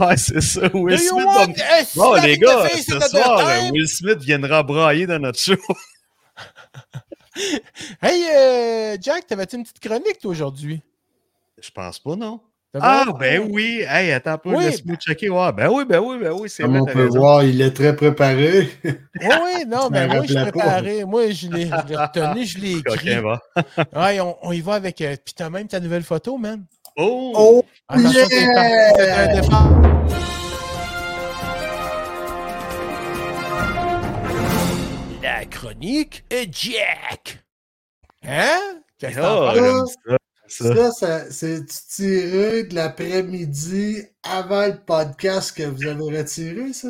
C: ouais, c'est ça. Will
A: Do you
C: Smith.
A: want
C: va-
A: a
C: Bon,
A: slap
C: les
A: in the
C: gars,
A: face
C: ce
A: another
C: soir, euh,
A: time?
C: Will Smith viendra brailler dans notre show.
A: Hey, euh, Jack, t'avais-tu une petite chronique, toi, aujourd'hui?
C: Je pense pas, non.
A: T'avais-
C: Ah, ben oui. Hey, attends un peu,
A: Oui,
C: laisse-moi checker. Ouais, ben oui, ben oui, ben oui, c'est
B: Comme
C: vrai,
B: on
C: t'as
B: peut
C: raison.
B: voir, il est très
C: *laughs*
B: préparé.
A: Oui, oui, non,
B: Je
A: mais
B: me
A: moi, je suis
B: rappelais pas.
A: préparé. Moi, je l'ai je l'ai retenu, je
C: *laughs*
A: l'ai écrit.
C: Coquin, va.
A: Ouais, on, on y va avec. euh, puis t'as même ta nouvelle photo, man.
C: Oh!
A: Attention, c'est
B: Yeah!
A: parti, c'est un départ. La chronique est Jack. Hein? Qu'est-ce que t'en
C: Ah,
A: penses?
C: j'aime ça, ça.
B: Ça, ça c'est tiré de l'après-midi avant le podcast que vous avez
A: *laughs*
B: retiré, ça?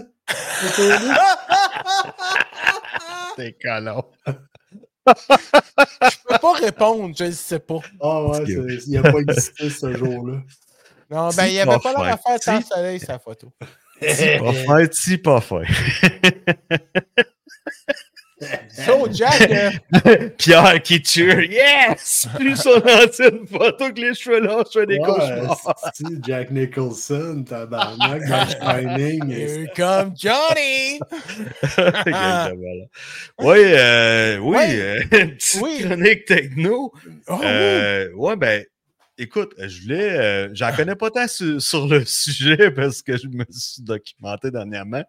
C: T'es collant.
A: Je peux pas répondre, je ne sais pas.
B: Ah ouais, c'est- il n'a pas existé ce
C: *laughs*
B: jour-là.
A: Non,
C: Si
A: ben, il n'y avait
C: t'as
A: pas l'air à
C: faim,
A: faire tant
C: si-
A: soleil, sa photo.
C: Pas fin, si, pas fin.
A: So,
C: *laughs*
A: Jack, euh,
C: *laughs* Pierre qui tue. *laughs* Yes! Plus son ancienne photo que les cheveux longs, je fais *laughs* des
B: Ouais,
C: cauchemars.
B: c'est-tu Jack Nicholson, tabarnak, dans Shining.
A: here come Johnny!
C: ben oui, euh, oui,
A: Ouais.
C: euh, *laughs* une petite
A: Oui.
C: chronique techno.
A: Oh, oui.
C: Euh, ouais, ben, écoute, je voulais. euh, J'en connais pas tant sur, sur le *laughs* sujet parce que je me suis documenté dernièrement,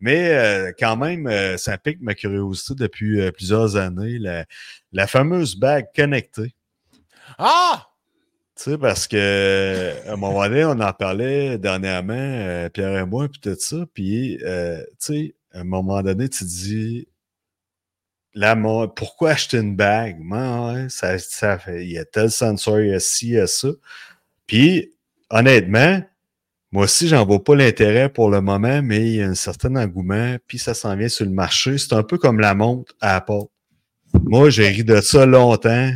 C: mais euh, quand même, euh, ça pique ma curiosité depuis euh, plusieurs années, la, la fameuse bague connectée.
A: Ah!
C: Tu sais, parce que à un moment donné, on en parlait dernièrement, euh, Pierre et moi, puis tout ça. Puis, euh, tu sais, à un moment donné, tu te dis, la mo- pourquoi acheter une bague? Man, ouais, ça, ça fait- il y a tel sensor, il y a ci, il y a ça. Puis, honnêtement, moi aussi, j'en vois pas l'intérêt pour le moment, mais il y a un certain engouement, puis ça s'en vient sur le marché. C'est un peu comme la montre à Apple. Moi, j'ai ri de ça longtemps.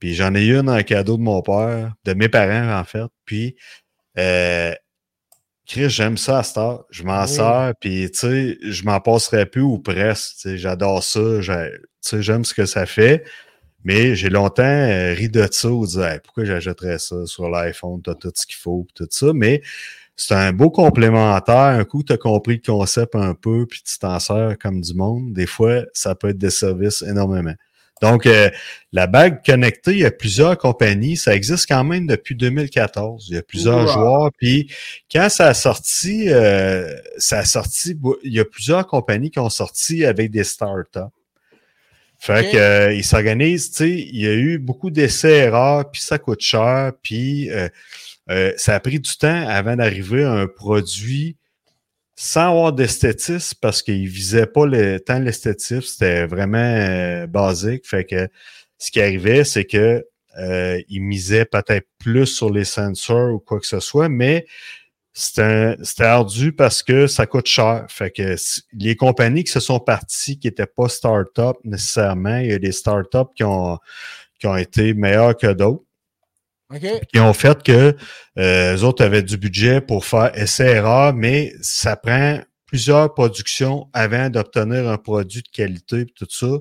C: Puis j'en ai eu une en cadeau de mon père, de mes parents en fait. Puis, euh, Chris, j'aime ça à cette heure. Je m'en
A: Oui.
C: sers, puis tu sais, je m'en passerai plus ou presque. Tu sais, J'adore ça, j'ai- tu sais, j'aime ce que ça fait. Mais j'ai longtemps euh, ri de ça ou dit Hey, pourquoi j'achèterais ça sur l'iPhone, t'as tout ce qu'il faut, puis tout ça. Mais c'est un beau complémentaire. Un coup, tu as compris le concept un peu, puis tu t'en sers comme du monde. Des fois, ça peut être des services énormément. Donc, euh, la bague connectée, il y a plusieurs compagnies. Ça existe quand même depuis 2014. Il y a plusieurs
B: Wow.
C: joueurs. Puis, quand ça a sorti, euh, ça a sorti, bo- il y a plusieurs compagnies qui ont sorti avec des startups. Fait
A: Ok.
C: que, euh, ils s'organisent, tu sais, il y a eu beaucoup d'essais-erreurs, puis ça coûte cher, puis euh, euh, ça a pris du temps avant d'arriver à un produit sans avoir d'esthétisme parce qu'ils visaient pas le, tant l'esthétisme, c'était vraiment euh, basique. Fait que ce qui arrivait, c'est que euh, ils misaient peut-être plus sur les sensors ou quoi que ce soit, mais c'est un- c'était ardu parce que ça coûte cher. Fait que si- les compagnies qui se sont parties, qui n'étaient pas start-up nécessairement, il y a des start-up qui ont, qui ont été meilleurs que d'autres
A: OK.
C: qui ont fait que euh, eux autres avaient du budget pour faire essai-erreur, mais ça prend plusieurs productions avant d'obtenir un produit de qualité puis tout ça.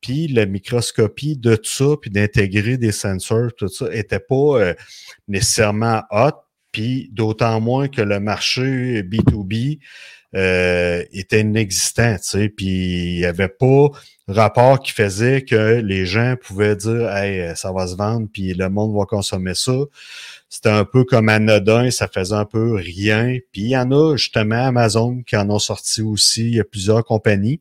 C: Puis la microscopie de tout ça, puis d'intégrer des sensors, tout ça, était pas euh, nécessairement hot. Puis d'autant moins que le marché B2B euh, était inexistant, tu sais. Puis il n'y avait pas rapport qui faisait que les gens pouvaient dire Hey, ça va se vendre, puis le monde va consommer ça. C'était un peu comme anodin, ça faisait un peu rien. Puis il y en a justement Amazon qui en ont sorti aussi, il y a plusieurs compagnies.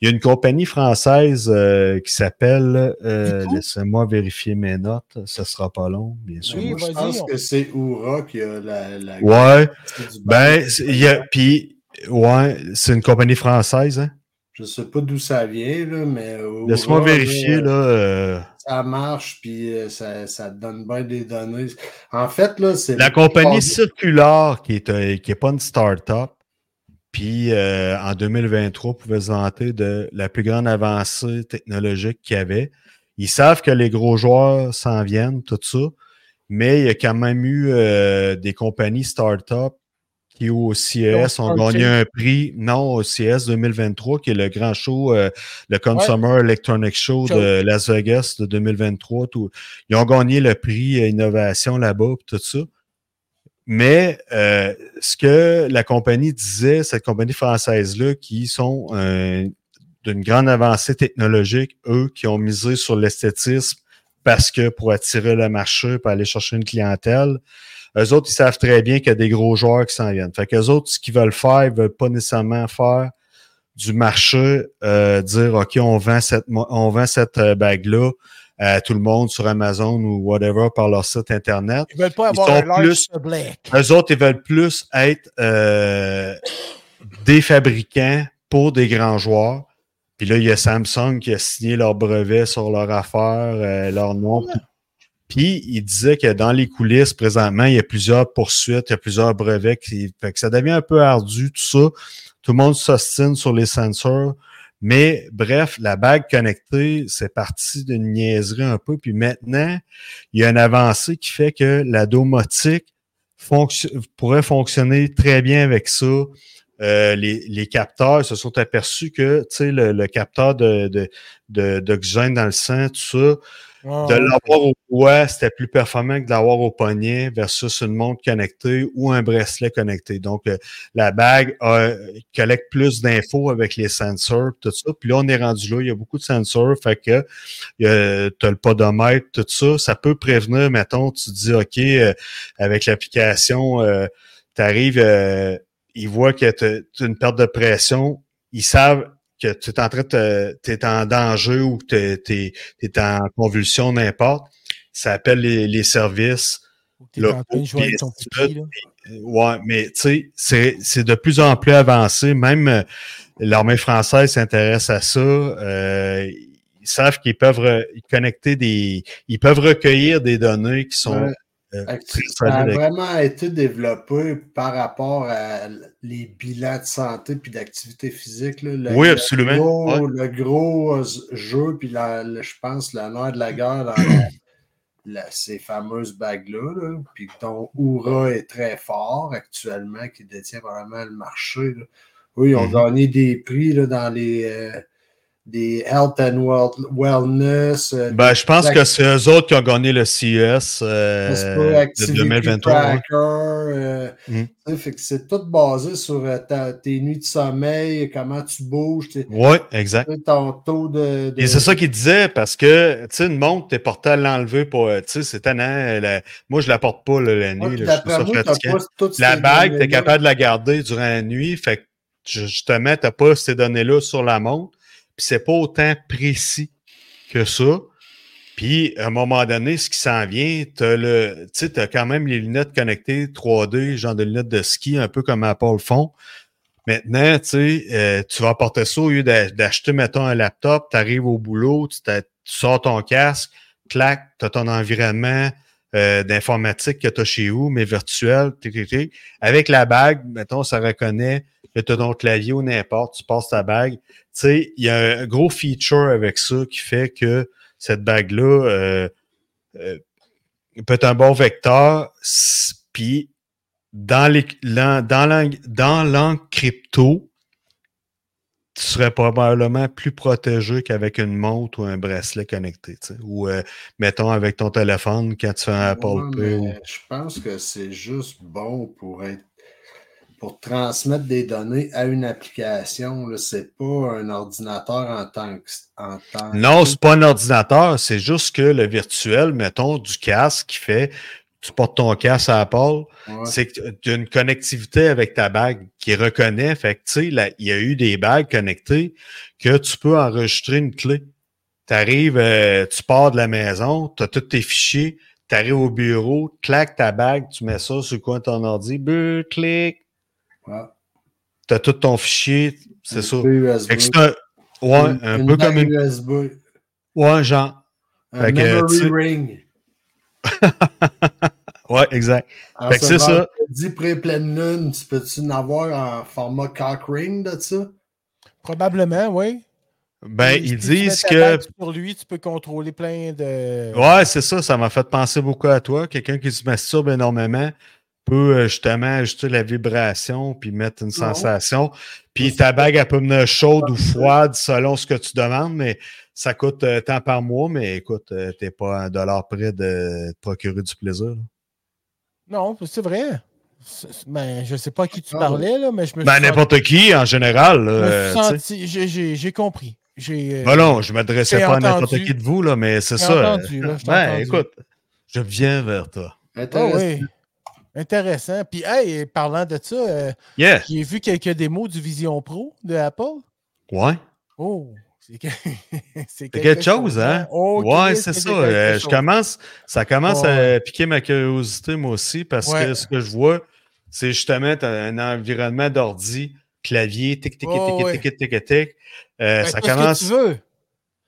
C: Il y a une compagnie française euh, qui s'appelle euh, Laissez-moi vérifier mes notes, ça sera pas long, bien sûr.
B: Oui,
A: moi, vas-y,
B: je pense
A: on-
B: que c'est Oura qui a la. la
C: Ouais,
B: du
C: ben, c'est- il y a, puis, ouais, c'est une compagnie française, hein?
B: Je sais pas d'où ça vient, là, mais. euh,
C: Laisse-moi
B: Oura,
C: vérifier, là. euh,
B: Ça marche, puis euh, ça, ça te donne bien des données. En fait, là, c'est.
C: La compagnie Circular, qui est, euh, qui est pas une start-up, puis euh, en 2023, pouvait se vanter de la plus grande avancée technologique qu'il y avait. Ils savent que les gros joueurs s'en viennent, tout ça, mais il y a quand même eu euh, des compagnies start-up qui, au CES,
A: starté.
C: ont gagné un prix. Non, au E CES 2023, qui est le grand show, euh, le Consumer Electronic Show de
A: Show.
C: Las Vegas de 2023. tout- ils ont gagné le prix euh, innovation là-bas, puis tout ça. Mais euh, ce que la compagnie disait, cette compagnie française-là, qui sont euh, d'une grande avancée technologique, eux, qui ont misé sur l'esthétisme parce que pour attirer le marché, pour aller chercher une clientèle, eux autres, ils savent très bien qu'il y a des gros joueurs qui s'en viennent. Fait qu'eux autres, ce qu'ils veulent faire, ils veulent pas nécessairement faire du marché, euh, dire OK, on vend cette, mo- on vend cette euh, bague-là à tout le monde sur Amazon ou whatever par leur site Internet.
A: Ils veulent pas
C: Ils
A: avoir
C: sont
A: un large
C: plus-
A: public.
C: Eux autres, ils veulent plus être euh, des fabricants pour des grands joueurs. Puis là, il y a Samsung qui a signé leur brevet sur leur affaire, euh, leur nom. Puis il disait que dans les coulisses, présentement, il y a plusieurs poursuites, il y a plusieurs brevets. Qui, fait que ça devient un peu ardu, tout ça. Tout le monde s'ostine sur les censures. Mais bref, la bague connectée, c'est parti d'une niaiserie un peu. Puis maintenant, il y a une avancée qui fait que la domotique fonction- pourrait fonctionner très bien avec ça. Euh, les, les capteurs se sont aperçus que tu sais, le, le capteur de- de- de- d'oxygène dans le sang, tout ça,
A: Oh,
C: de l'avoir au doigt, c'était plus performant que de l'avoir au poignet versus une montre connectée ou un bracelet connecté. Donc, euh, la bague a- collecte plus d'infos avec les sensors, tout ça. Puis là, on est rendu là, il y a beaucoup de sensors, fait que tu as le podomètre, tout ça. Ça peut prévenir, mettons, tu dis, OK, euh, avec l'application, tu arrives, ils voient que tu as une perte de pression, ils savent que tu es en train de te- t'es en danger ou que tu es t'es en convulsion, n'importe, ça appelle les, les services.
A: T'es en train de jouer avec ton
C: l'autre,
A: pipi, là.
C: Euh, Ouais, mais tu sais, c'est- c'est de plus en plus avancé. Même euh, l'armée française s'intéresse à ça. Euh, ils savent qu'ils peuvent re- connecter des. Ils peuvent recueillir des données qui sont
B: Ouais.
C: euh,
B: Fait que
C: très
B: Ça a
C: solides.
B: vraiment été développé par rapport à l- les bilans de santé puis d'activité physique. là. Le-
C: Oui,
B: le
C: absolument.
B: gros-
C: Ouais.
B: Le gros euh, jeu, puis la- le- je pense la nerf de la guerre dans la- la- ces fameuses bagues-là, là. puis dont Oura est très fort actuellement, qui détient vraiment le marché. là. Eux, ils ont
C: Mhm.
B: gagné des prix là, dans les euh, des health and wel- wellness, euh,
C: Ben, je pense
B: la-
C: que c'est eux autres qui ont gagné le CES euh,
B: c'est
C: de 2023. ouais. Mm.
B: euh, fait que c'est tout basé sur euh, ta- tes nuits de sommeil, comment tu bouges, tes-
C: Ouais, exact.
B: ton taux de. de-
C: Et c'est ça qu'il disait, parce que, tu sais, une montre, t'es porté à l'enlever pour, euh, tu sais, c'est tannant. euh, la- Moi, je la porte pas le, la
B: Ouais,
C: nuit,
B: puis
C: là, je
B: d'après
C: trouve ça
B: moi, Ah, t'as
C: fatigant.
B: pas toutes
C: La
B: ces
C: bague, t'es
B: données-là.
C: capable de la garder durant la nuit, fait que, ju- justement, t'as pas ces données-là sur la montre, puis c'est pas autant précis que ça. Puis, à un moment donné, ce qui s'en vient, t'as le, tu sais, t'as quand même les lunettes connectées 3D, genre de lunettes de ski, un peu comme Apple font. Maintenant, tu sais, euh, tu vas porter ça au lieu d'a- d'acheter, mettons, un laptop, tu arrives au boulot, tu, t'a- tu sors ton casque, clac, tu as ton environnement euh, d'informatique que tu as chez vous, mais virtuel, tic, tic, tic. Avec la bague, mettons, ça reconnaît que tu as ton clavier ou n'importe, tu passes ta bague. Tu sais, il y a un gros feature avec ça qui fait que cette bague-là euh, euh, peut être un bon vecteur, s- puis dans les dans, dans l'ang- dans l'angle crypto, tu serais probablement plus protégé qu'avec une montre ou un bracelet connecté. Tu sais. Ou, euh, mettons, avec ton téléphone quand tu fais un Apple
B: Ouais,
C: Pay.
B: mais Je pense que c'est juste bon pour être pour transmettre des données à une application. là. C'est pas un ordinateur en tant que. En tant
C: Non, c'est pas un ordinateur, c'est juste que le virtuel, mettons, du casque qui fait, tu portes ton casque à Apple,
B: Ouais.
C: c'est que tu as une connectivité avec ta bague qui reconnaît. Fait que, tu sais, là, il y a eu des bagues connectées que tu peux enregistrer une clé. Tu arrives, euh, tu pars de la maison, tu as tous tes fichiers, tu arrives au bureau, claque ta bague, tu mets ça sur le coin de ton ordi, but, clic,
B: Ouais.
C: tu as tout ton fichier, c'est
B: Ah, Une
C: ça.
B: clé USB.
C: Fait que c'est un, ouais,
B: Une-
C: un
B: une
C: peu
B: bague
C: comme une.
B: USB.
C: Ouais, genre.
B: Un
C: Fait que,
B: memory
C: tu sais-
B: ring.
C: Ouais, exact.
B: En
C: Fait que
B: ce
C: c'est ça.
B: vendredi pré-pleine lune, tu peux-tu en avoir en format cock ring de ça?
A: Probablement, oui.
C: Ben,
A: Et si
C: ils
A: tu mets
C: disent
A: ta
C: que.
A: bague Sur lui, tu peux contrôler plein de.
C: Ouais, c'est ça, ça m'a fait penser beaucoup à toi. Quelqu'un qui se masturbe énormément peut euh, justement ajuster la vibration puis mettre une sensation. Puis ta bague, elle peut venir chaude ou froide selon ce que tu demandes, mais ça coûte euh, tant par mois. Mais écoute, euh, t'es pas à un dollar près de te procurer du plaisir.
A: Non, c'est vrai. C'est- c'est- Ben, je sais pas à qui tu
B: Ah,
A: parlais, là, mais je me
C: Ben,
A: suis
C: n'importe qui, en général.
A: senti- je me suis
C: là, euh, tu sais.
A: senti- j'ai- J'ai j'ai compris. J'ai. euh,
C: Ben non, je m'adressais
A: j'ai
C: pas à n'importe
A: entendu.
C: qui de vous, là, mais c'est
A: j'ai
C: ça.
A: entendu, là, je t'ai
C: Ben,
A: entendu.
C: écoute, je viens vers toi.
A: Ah
B: Intéressant.
A: oui. Intéressant. Puis, hey, parlant de ça, euh,
C: Yeah.
A: j'ai vu quelques démos du Vision Pro de Apple.
C: Ouais.
A: Oh, c'est que- *laughs* c'est
C: C'est quelque chose, hein?
A: Oh,
C: ouais,
A: Chris,
C: c'est ça.
A: quelque
C: Euh, je
A: chose.
C: commence, ça commence
A: Ouais.
C: à piquer ma curiosité, moi aussi, parce que
A: Ouais.
C: ce que je vois, c'est justement t'as un environnement d'ordi, clavier, tic, tic, tic,
A: Ouais, ouais.
C: tic, tic, tic, tic, tic. Euh,
A: Ben,
C: ça
A: fais ce que
C: commence.
A: tu veux.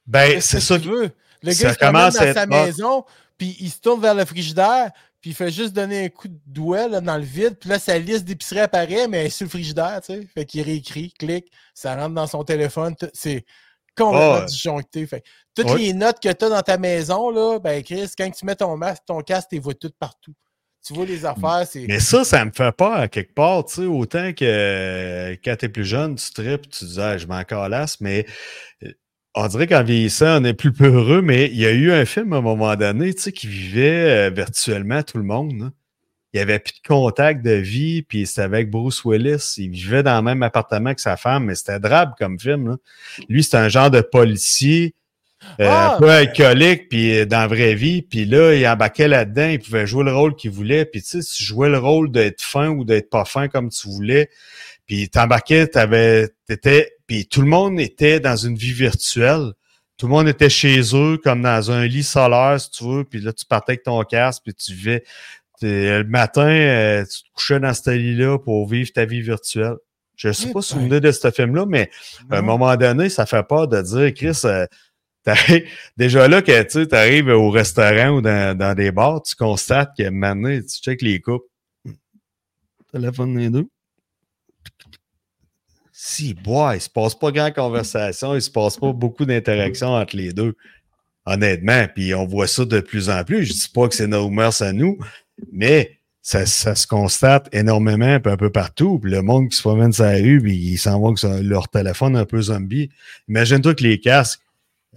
C: Ben,
A: Fais ce
C: c'est
A: que
C: ça.
A: tu veux. Le gars,
C: ça
A: il se commence
C: commence à
A: dans
C: être
A: sa
C: hot.
A: maison, puis il se tourne vers le frigidaire, puis il fait juste donner un coup de doigt là, dans le vide, puis là, sa liste d'épicerie apparaît, mais elle est sur le frigidaire, tu sais. Fait qu'il réécrit, clique, ça rentre dans son téléphone, tout- c'est complètement
C: Ouais.
A: disjoncté. Fait que toutes
C: Ouais.
A: les notes que tu as dans ta maison, là, ben, Chris, quand tu mets ton masque, ton casque, tu les vois toutes partout. Tu vois les affaires, c'est.
C: Mais ça, ça me fait peur à quelque part, tu sais, autant que euh, quand t'es plus jeune, tu tripes, tu disais, Ah, je m'en calasse, mais euh, on dirait qu'en vieillissant, on est plus peureux, mais il y a eu un film à un moment donné, tu sais, qui vivait euh, virtuellement tout le monde. là. Il n'y avait plus de contact de vie, puis c'était avec Bruce Willis. Il vivait dans le même appartement que sa femme, mais c'était drabe comme film. là. Lui, c'était un genre de policier, euh,
A: Ah!
C: un peu alcoolique, puis euh, dans la vraie vie. Puis là, il embarquait là-dedans, il pouvait jouer le rôle qu'il voulait. Puis tu sais, si tu jouais le rôle d'être fin ou d'être pas fin comme tu voulais, puis t'embarquais, t'avais, t'étais, puis tout le monde était dans une vie virtuelle. Tout le monde était chez eux, comme dans un lit solaire, si tu veux. Puis là, tu partais avec ton casque, puis tu vivais. t'es- Le matin, euh, tu te couchais dans ce lit-là pour vivre ta vie virtuelle. Je ne suis
A: Eh
C: pas
A: ben.
C: souvenir de ce film-là, mais euh, à un
A: Non.
C: moment donné, ça fait peur de dire, Chris, euh, t'arrives- *laughs* déjà là que tu arrives au restaurant ou dans, dans des bars, tu constates que maintenant, tu checkes les coupes. Téléphone les deux. Si, bois, il se passe pas grand conversation, il se passe pas beaucoup d'interactions entre les deux. Honnêtement, puis on voit ça de plus en plus. Je dis pas que c'est nos mœurs à nous, mais ça, ça se constate énormément puis un peu partout. Puis le monde qui se promène sur la rue, puis ils s'en vont avec son- leur téléphone un peu zombie. Imagine-toi que les casques,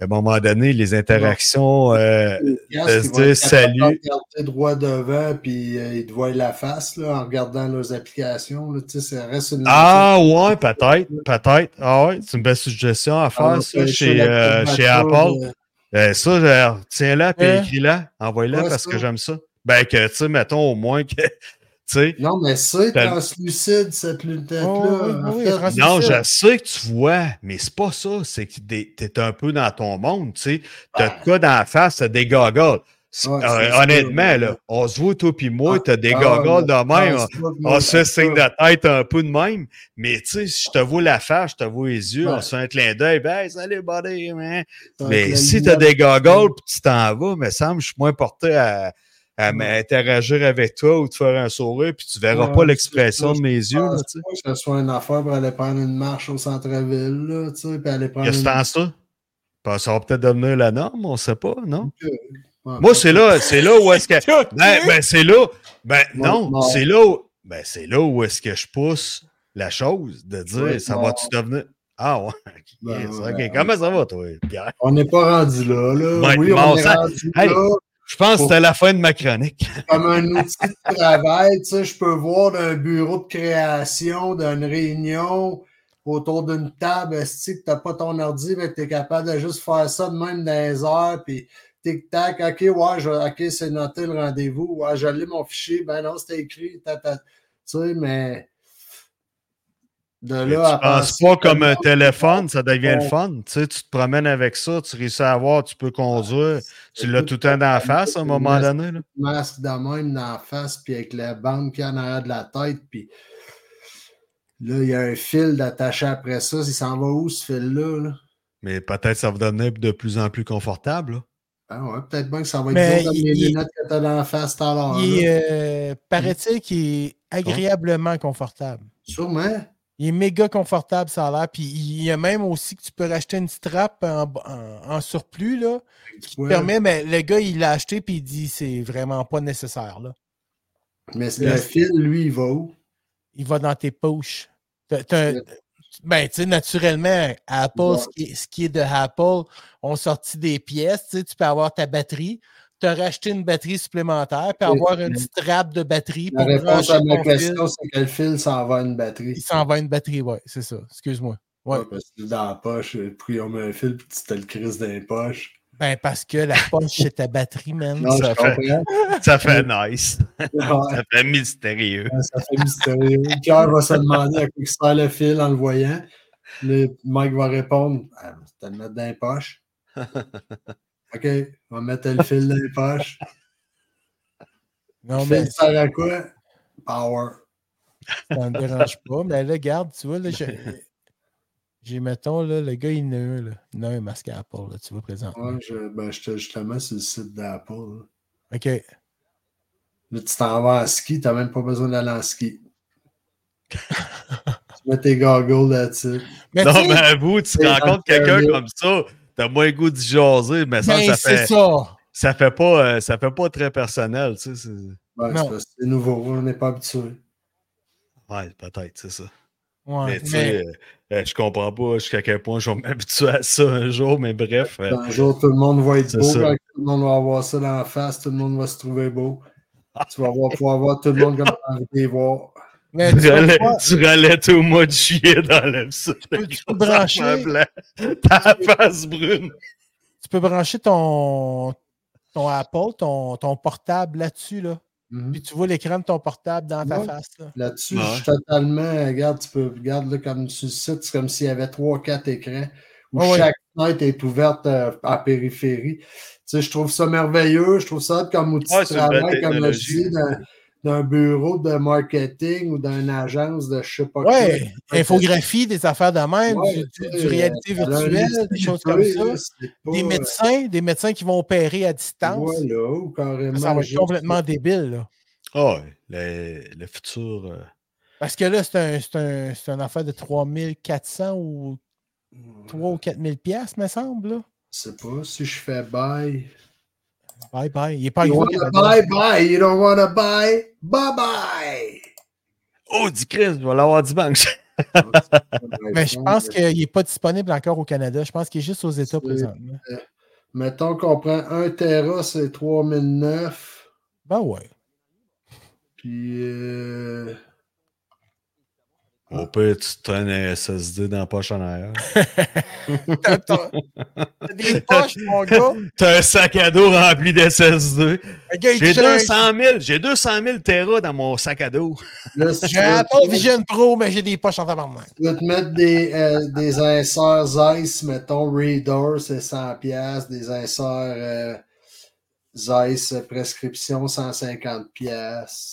C: à un moment donné, les interactions, euh,
B: Yes,
C: se
B: ils vont être
C: dire
B: capables de
C: salut.
B: regarder droit devant, puis euh, ils te voient la face là, en regardant leurs applications. Là, tu sais, ça reste une.
C: Ah ouais, peut-être, peut-être. Ah ouais, c'est une belle suggestion à faire,
B: Alors,
C: ça,
B: Ah, c'est-
C: chez,
B: la
C: euh,
B: petite
C: chez
B: voiture,
C: Apple.
B: euh,
C: Euh, ça, genre, tiens-la, puis
A: Hein?
C: écris-la, envoie-la
B: Ouais,
C: parce que
B: ça.
C: j'aime ça. Ben que, tu sais, mettons au moins que, *laughs* tu sais,
B: Non, mais c'est
C: T'as-
B: translucide, cette lunette-là.
A: Oh, oui,
B: en
A: oui,
B: fait.
A: translucide.
C: Non,
A: ça.
C: je sais que tu vois, mais c'est pas ça. C'est que t'es t'es un peu dans ton monde, tu sais.
B: Ah,
C: T'as de quoi dans la face, t'as des gogoles. C'est-
B: Ouais, c'est
C: euh,
B: ça,
C: honnêtement,
B: ouais.
C: là, on se voit toi puis moi,
B: Ah,
C: t'as des
B: ah,
C: gogoles de même.
B: ah, c'est pas de
C: on
B: même.
C: se fait signe de tête un peu de même. Mais tu sais, si je te vois la face, je te vois les yeux,
B: Ouais.
C: on se fait un clin d'œil, ben hey, salut buddy, man.
B: T'as
C: Mais
B: la
C: si tu as
B: lunette,
C: des gogoles et tu t'en vas, me semble, je suis moins porté à, à
B: Ouais.
C: m'interagir avec toi ou te faire un sourire, puis tu verras
B: Ouais,
C: pas
B: c'est
C: l'expression
B: ça,
C: de mes
B: je
C: yeux. là,
B: pense
C: tu sais.
B: pas que ce soit une affaire pour aller prendre une marche au centre-ville, là, tu sais, puis aller
C: Il
B: prendre
C: y a ce
B: une
C: temps ça. Ben, ça va peut-être devenir la norme, on ne sait pas, non?
B: Ouais,
C: Moi, c'est là, c'est là où *laughs* est-ce que.
A: Ok.
C: Ben, ben, c'est là. Ben,
B: Moi,
C: non,
B: non.
C: c'est là où. Ben, c'est là où est-ce que je pousse la chose de dire
B: Oui,
C: ça
B: non.
C: va-tu devenir. Ah ouais, *laughs*
B: Ben,
C: Yes,
B: ouais.
C: ok. Comment ça va, toi, Pierre?
B: On n'est pas rendu là. là.
C: Ben,
B: oui,
C: bon
B: on est
C: sang.
B: rendu
C: Hey.
B: là.
C: Je pense que c'était la fin de ma chronique.
B: comme un outil de travail. Tu sais, je peux voir d'un bureau de création, d'une réunion, autour d'une table, si tu n'as pas ton ordi, mais tu es capable de juste faire ça de même dans les heures, puis tic-tac, OK, ouais, je, OK, c'est noté le rendez-vous, ouais, j'ai lu mon fichier, ben non, c'était écrit, ta, ta. tu sais, mais de
C: Tu
B: là à
C: penses
B: penser
C: pas
B: que-
C: comme un téléphone, ça devient le
B: Ouais.
C: fun. Tu sais, tu te promènes avec ça, tu réussis à voir, tu peux conduire. Tu l'as Ah, tout le temps dans la face à un moment donné. là.
B: masque de même dans la face, puis avec la bande qu'il y a en arrière de la tête, puis là, il y a un fil d'attaché après ça. Il s'en va où, ce fil-là? là?
C: Mais peut-être ça va devenir de plus en plus confortable. là.
B: Ah ouais, peut-être bien que ça va
A: Mais
B: être dur comme
A: Ben, il-
B: les
A: il-
B: lunettes que t'as dans la face tout à l'heure.
A: Il
B: là.
A: est, euh, paraît-il qu'il est agréablement confortable.
B: Sûrement.
A: Il est méga confortable, ça a l'air. Puis il y a même aussi que tu peux racheter une strap en, en- en surplus, là,
B: Tu
A: qui
B: vois,
A: te permet, mais le gars, il l'a acheté, puis il dit c'est vraiment pas nécessaire, là.
B: Mais le fil, lui, il va où?
A: il va dans tes poches. T'as- t'as un-
B: Ouais.
A: ben, tu sais, naturellement, Apple,
B: Ouais.
A: ce, qui est, ce qui est de Apple, ont sorti des pièces. Tu sais, tu peux avoir ta batterie, te racheter une batterie supplémentaire, puis
B: Ouais.
A: avoir une strap de batterie
B: La
A: pour
B: réponse à
A: brancher
B: ma
A: ton
B: question,
A: fil.
B: c'est que le fil s'en va à une batterie.
A: Il s'en va une batterie, ouais, c'est ça. Excuse-moi. ouais.
B: Ouais, parce que dans la poche, euh, puis on met un fil, puis tu te le crises dans les poches.
A: Ben, parce que
B: *laughs*
A: la poche, c'est ta batterie, man.
B: Non, je
C: Ça fait-
A: *laughs*
B: comprends.
C: Ça fait
A: Euh,
C: nice.
B: Ouais,
A: ah.
C: Ça fait mystérieux.
B: ça fait mystérieux. Pierre va se demander à quoi il sert le fil en le voyant. Le Mike va répondre Ah, Tu vas le mettre dans
A: *laughs*
B: les poches. OK, on va mettre le fil dans les poches.
A: *laughs* Non,
B: le
A: mais
B: fil sert à quoi Power.
A: ça ne me dérange pas. Mais là, garde, tu vois, là, je- j'ai, mettons, là, le gars, il en a un, là. Il en a un masque à Apple, là, tu vois, présentement.
B: Ouais, je, ben, j'étais justement sur le site d'Apple. Là,
A: OK.
B: Là, tu t'en vas en ski, tu n'as même pas besoin d'aller en
A: *laughs*
B: ski. tu mets tes goggles là-dessus.
A: Mais tu
C: Non,
A: sais,
C: mais à vous, tu
B: c'est
C: rencontres
B: un
C: quelqu'un
B: sérieux.
C: comme ça, t'as moins le goût de jaser, mais ça,
A: Ben,
C: ça
A: c'est
C: fait,
A: ça.
C: ça fait pas, euh, ça fait pas très personnel, tu sais. c'est-
B: Ouais,
A: Non.
B: c'est parce que c'est nouveau, on n'est pas habitué.
C: Ouais, peut-être, c'est ça.
A: Ouais,
C: mais tu
A: mais-
C: sais, euh, euh, je comprends pas jusqu'à quel point je vais *laughs* m'habituer à ça un jour, mais bref. euh,
B: Un jour, tout le monde va être
C: C'est
B: beau,
C: ça.
B: quand tout le monde va avoir ça dans la face, tout le monde va se trouver beau. Tu vas voir, pouvoir voir tout le monde comme tu as envie de les voir.
A: mais
C: *laughs* Tu
A: Ben, tu vas
C: râlais,
A: pouvoir-
C: tu râlais tout au mois de juillet dans l'absolu.
A: tu peux brancher.
C: *laughs* Ta face brune.
A: tu peux brancher ton, ton Apple, ton, ton portable là-dessus, là.
B: Mhm.
A: Puis tu vois l'écran de ton portable dans ta
B: Ouais.
A: face, là.
B: Là-dessus,
C: Ouais.
B: je suis totalement. Regarde, tu peux. Regarde, là, comme sur le site, c'est comme s'il y avait trois, quatre écrans où
A: Ouais, ouais.
B: chaque fenêtre est ouverte euh, en périphérie. Tu sais, je trouve ça merveilleux. Je trouve ça hot comme outil
C: Ouais,
B: de
C: c'est une belle
B: travail, comme je
C: technologie.
B: dis, d'un- d'un bureau de marketing ou d'une agence de je sais pas
A: Ouais,
B: quoi.
A: infographie, des affaires de même,
B: Ouais,
A: du, du-
B: tu sais,
A: du réalité
B: euh, ça a un
A: virtuelle, des
B: esprit
A: choses comme
B: joué,
A: ça.
B: là, c'est pas,
A: Des
B: euh,
A: médecins, des médecins qui vont opérer à distance.
B: Voilà, ou carrément.
A: Ça va être
B: juste-
A: complètement débile, là.
C: Oh, le, le futur. euh,
A: Parce que là, c'est un, c'est un, c'est une affaire de 3400 ou 3 ou 4000 piastres, me semble, là.
B: Hmm, Je sais pas si je fais bye.
A: Bye bye. Il est pas
B: you
A: gros,
B: wanna
A: le
B: buy, buy. You don't wanna buy, bye
A: *laughs*
B: bye.
C: Oh, dis Chris, je vais l'avoir dimanche.
B: Ah,
A: Mais Ben, je pense qu'il n'est pas disponible encore au Canada. Je pense qu'il est juste aux États
B: C'est-
A: présentement.
B: Mettons qu'on prend 1 Tera, c'est 3009.
A: Ben *laughs* ouais.
B: Puis. euh,
C: Au pire, tu te traînes un SSD dans la poche en arrière.
A: T'as t'as- t'as *laughs* des poches, mon gars.
C: *laughs* T'as un sac à dos rempli d'SSD.
A: Le gars, il
C: J'ai
A: tient-
C: 200 000, j'ai 200 000 Tera dans mon sac à dos.
B: là, si tu
A: J'ai
B: veux-
A: un Apple Vision Pro, mais j'ai des poches en tabarnak.
B: tu veux te mettre des, euh, des inserts Zeiss, mettons Reader, c'est 100$, piastres, des inserts euh, Zeiss euh, prescription, 150$. piastres.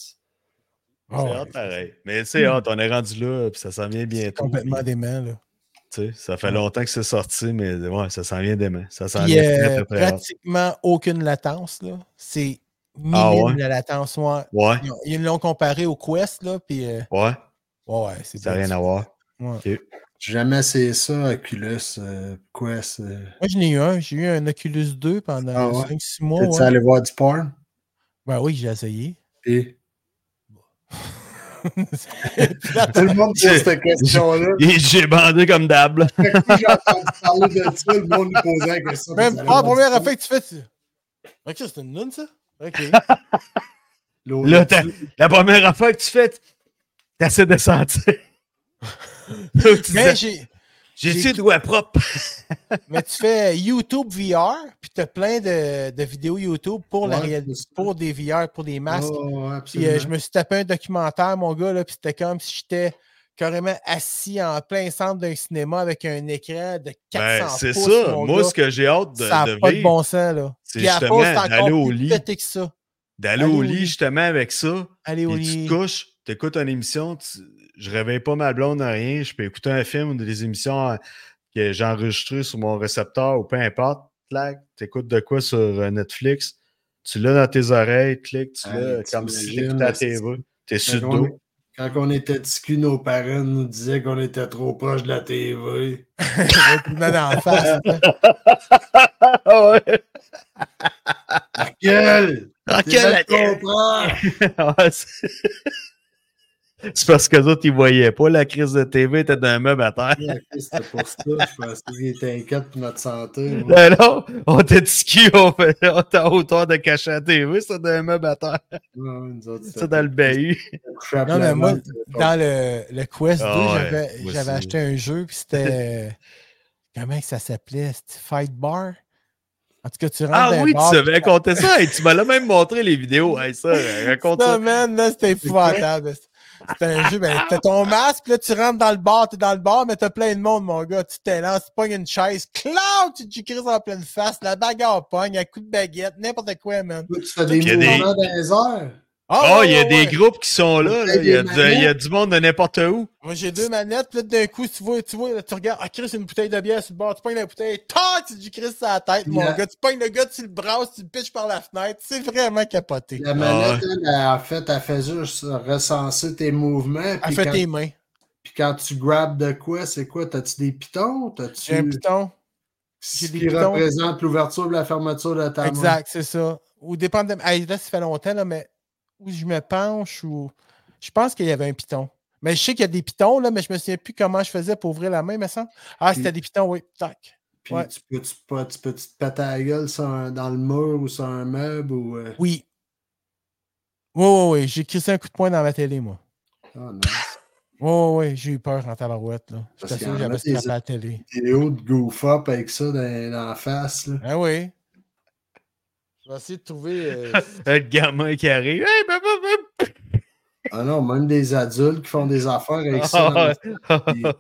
A: Ah
C: c'est
A: ouais, Hmm.
C: hot, hein. pareil. Mais tu sais, hot, on est rendu là, puis ça s'en vient
A: c'est
C: bientôt.
A: complètement
C: puis,
A: dément. Là.
C: tu sais, Ça fait longtemps que c'est sorti, mais ouais, ça s'en vient demain. Ça s'en
A: Puis,
C: vient
A: euh,
C: très, très, très hot.
A: pratiquement aucune latence. là. C'est minime
C: Ah ouais?
A: la latence. ouais.
C: Ouais,
A: Ils ont- Ils l'ont comparé au Quest. Là, puis, euh,
C: ouais,
A: ouais, ouais, c'est
C: ça n'a
A: bien
C: rien
A: sûr.
C: à voir. *laughs*
A: Ouais.
B: J'ai jamais essayé ça, Oculus. euh, quoi, c'est.
A: Moi, je n'ai eu un. J'ai eu un Oculus 2 pendant
B: Ah ouais?
A: 5-6 mois.
B: T'es-tu
A: ouais.
B: *laughs* allé voir du porn?
A: Ben oui, j'ai essayé.
B: Et... Tout le monde pose *laughs* cette question-là.
C: J'ai bandé comme d'hab.
B: Fait que j'ai entendu parler de ça, le monde nous posait la question.
A: Même
B: Puis
A: pas la
B: ça,
A: première affaire que tu fais, tu- Ok, c'est une lune, ça?
B: *laughs*
A: Ok.
B: l'autre-
C: Là, t'as- la première affaire que tu fais, t'essaies de sentir. Là, *laughs*
A: *laughs*
C: tu
A: Mais
C: disais,
A: j'ai.
C: J'ai-tu de doigt propre?
A: Mais tu fais YouTube VR, puis tu as plein de, de vidéos YouTube pour, la
B: Ouais,
A: réal-
B: c'est ça.
A: pour des VR, pour des masques.
B: Oh,
A: Puis
B: absolument.
A: euh, je me suis tapé un documentaire, mon gars, là, puis c'était comme si j'étais carrément assis en plein centre d'un cinéma avec un écran de 400
C: Ben, c'est
A: pouces,
C: ça.
A: mon
C: Moi,
A: gars.
C: ce que j'ai hâte de,
A: ça n'a
C: de
A: pas de
C: vivre,
A: bon sens, là.
C: c'est
A: Puis à la
C: justement
A: pause, c'est encore
C: d'aller au
A: plus
C: lit.
A: pété que ça.
C: d'aller au lit justement avec ça.
A: Allez au
C: Puis tu
A: lit. *laughs*
C: te couches, tu écoutes une émission, tu- je réveille pas ma blonde à rien, je peux écouter un film ou des émissions euh, que j'ai enregistrées sur mon récepteur ou peu importe. Tu écoutes de quoi sur euh, Netflix, tu l'as dans tes oreilles, clique, tu l'as
B: Ouais,
C: comme si
B: Ah, t'imagines,
C: t'écoutais à
B: là, c'est-
C: TV. T'es
B: Fait
C: sur le
B: qu'on
A: oh.
C: dos. *laughs*
B: est- Quand on était petits culs, nos parents nous disaient qu'on était trop proche de la TV.
A: Puis là, dans la face.
C: *laughs* Ah ouais!
B: Quel!
C: Ah,
B: T'es
C: quelle
B: même comprendre! *laughs*
C: Ouais, c'est *laughs* c'est parce que d'autres, ils voyaient pas. La crise de TV était d'un meuble à terre.
B: Ouais, ok, C'était pour ça, je pensais qu'ils étaient inquiets pour notre santé.
A: *laughs*
B: moi.
C: Ben non, on était ski, on fait- on était en hauteur de cachet à TV, c'était d'un meuble à terre.
B: Ouais, nous autres, c'était
C: Ça, dans le bahut.
B: couché à
A: Non, mais
B: plat
A: moi,
B: ventre, c'était pas-
A: dans le, le Quest 2,
C: Ah ouais,
A: j'avais-
C: moi
A: j'avais
C: aussi.
A: acheté un jeu, puis c'était. euh, comment que ça s'appelait? C'était Fight Bar? En tout cas, tu rentres.
C: Ah
A: dans un
C: oui,
A: bar,
C: tu
A: puis
C: savais raconter ça. Hey, tu m'as là même montré les vidéos. Hey, ça, raconte
A: Non,
C: ça.
A: man, là, c'était épouvantable. C'était un jeu, ben, t'as ton masque, puis là, tu rentres dans le bar, t'es dans le bar, mais t'as plein de monde, mon gars. Tu t'élances, tu pognes une chaise, clown, tu te crises en pleine face, la bagarre pogne, un coup de baguette, n'importe quoi, man.
B: Toi, Tu fais des
C: Il y a des-
B: mouvements dans les airs.
A: Ah,
C: Oh,
A: ouais,
C: il y a
A: ouais,
C: des
A: ouais.
C: groupes qui sont là. là. Il y, a du- il y a du monde de n'importe où.
A: Moi, j'ai deux manettes, puis là, d'un coup, tu vois, tu vois, là, tu regardes, ah, Chris, une bouteille de bière sur le bord, tu pognes la bouteille, tac, tu te Chris sur la tête, mon
B: Yeah.
A: gars. Tu pognes le gars, tu le brasses, tu le piches par la fenêtre. C'est vraiment capoté.
C: Ah,
B: La manette, elle, elle, en fait, elle fait juste recenser tes mouvements.
A: Elle
B: Puis
A: fait
B: quand,
A: Ah, tes mains.
B: puis quand tu grabes de quoi, c'est quoi? T'as-tu des pitons? T'as-tu
A: J'ai un piton.
B: ce
A: j'ai des
B: qui
A: pitons.
B: représente l'ouverture ou la fermeture de ta main?
A: Exact, c'est ça. Ou dépendamment. Hey, là, ça fait longtemps, là, mais où je me penche ou. Je pense qu'il y avait un piton. Mais je sais qu'il y a des pitons, là, mais je me souviens plus comment je faisais pour ouvrir la main, me semble. Ah, c'était des
B: Puis-
A: pitons, oui. Tac.
B: Puis
A: Ouais.
B: tu peux-tu pas- tu peux-tu te péter la gueule sur un- dans le mur ou sur un meuble ou. euh,
A: Oui. Oui, oui, oui. J'ai crissé un coup de poing dans ma télé, moi.
B: Ah non.
A: Oui, oui, oui. J'ai eu peur en tabarouette, là. Je
B: Parce qu'il y
A: t'assure,
B: en a
A: j'avais
B: des-
A: scrapé la télé.
B: Vidéo de goof up avec ça dans, dans la face. Là.
A: Ah oui. Je vais essayer de trouver. euh,
C: Le gamin qui arrive. Hey, ben, ben, ben.
B: Ah non, même des adultes qui font des affaires avec ça.
C: Ah,
B: dans
A: Ah,
B: la- Ils,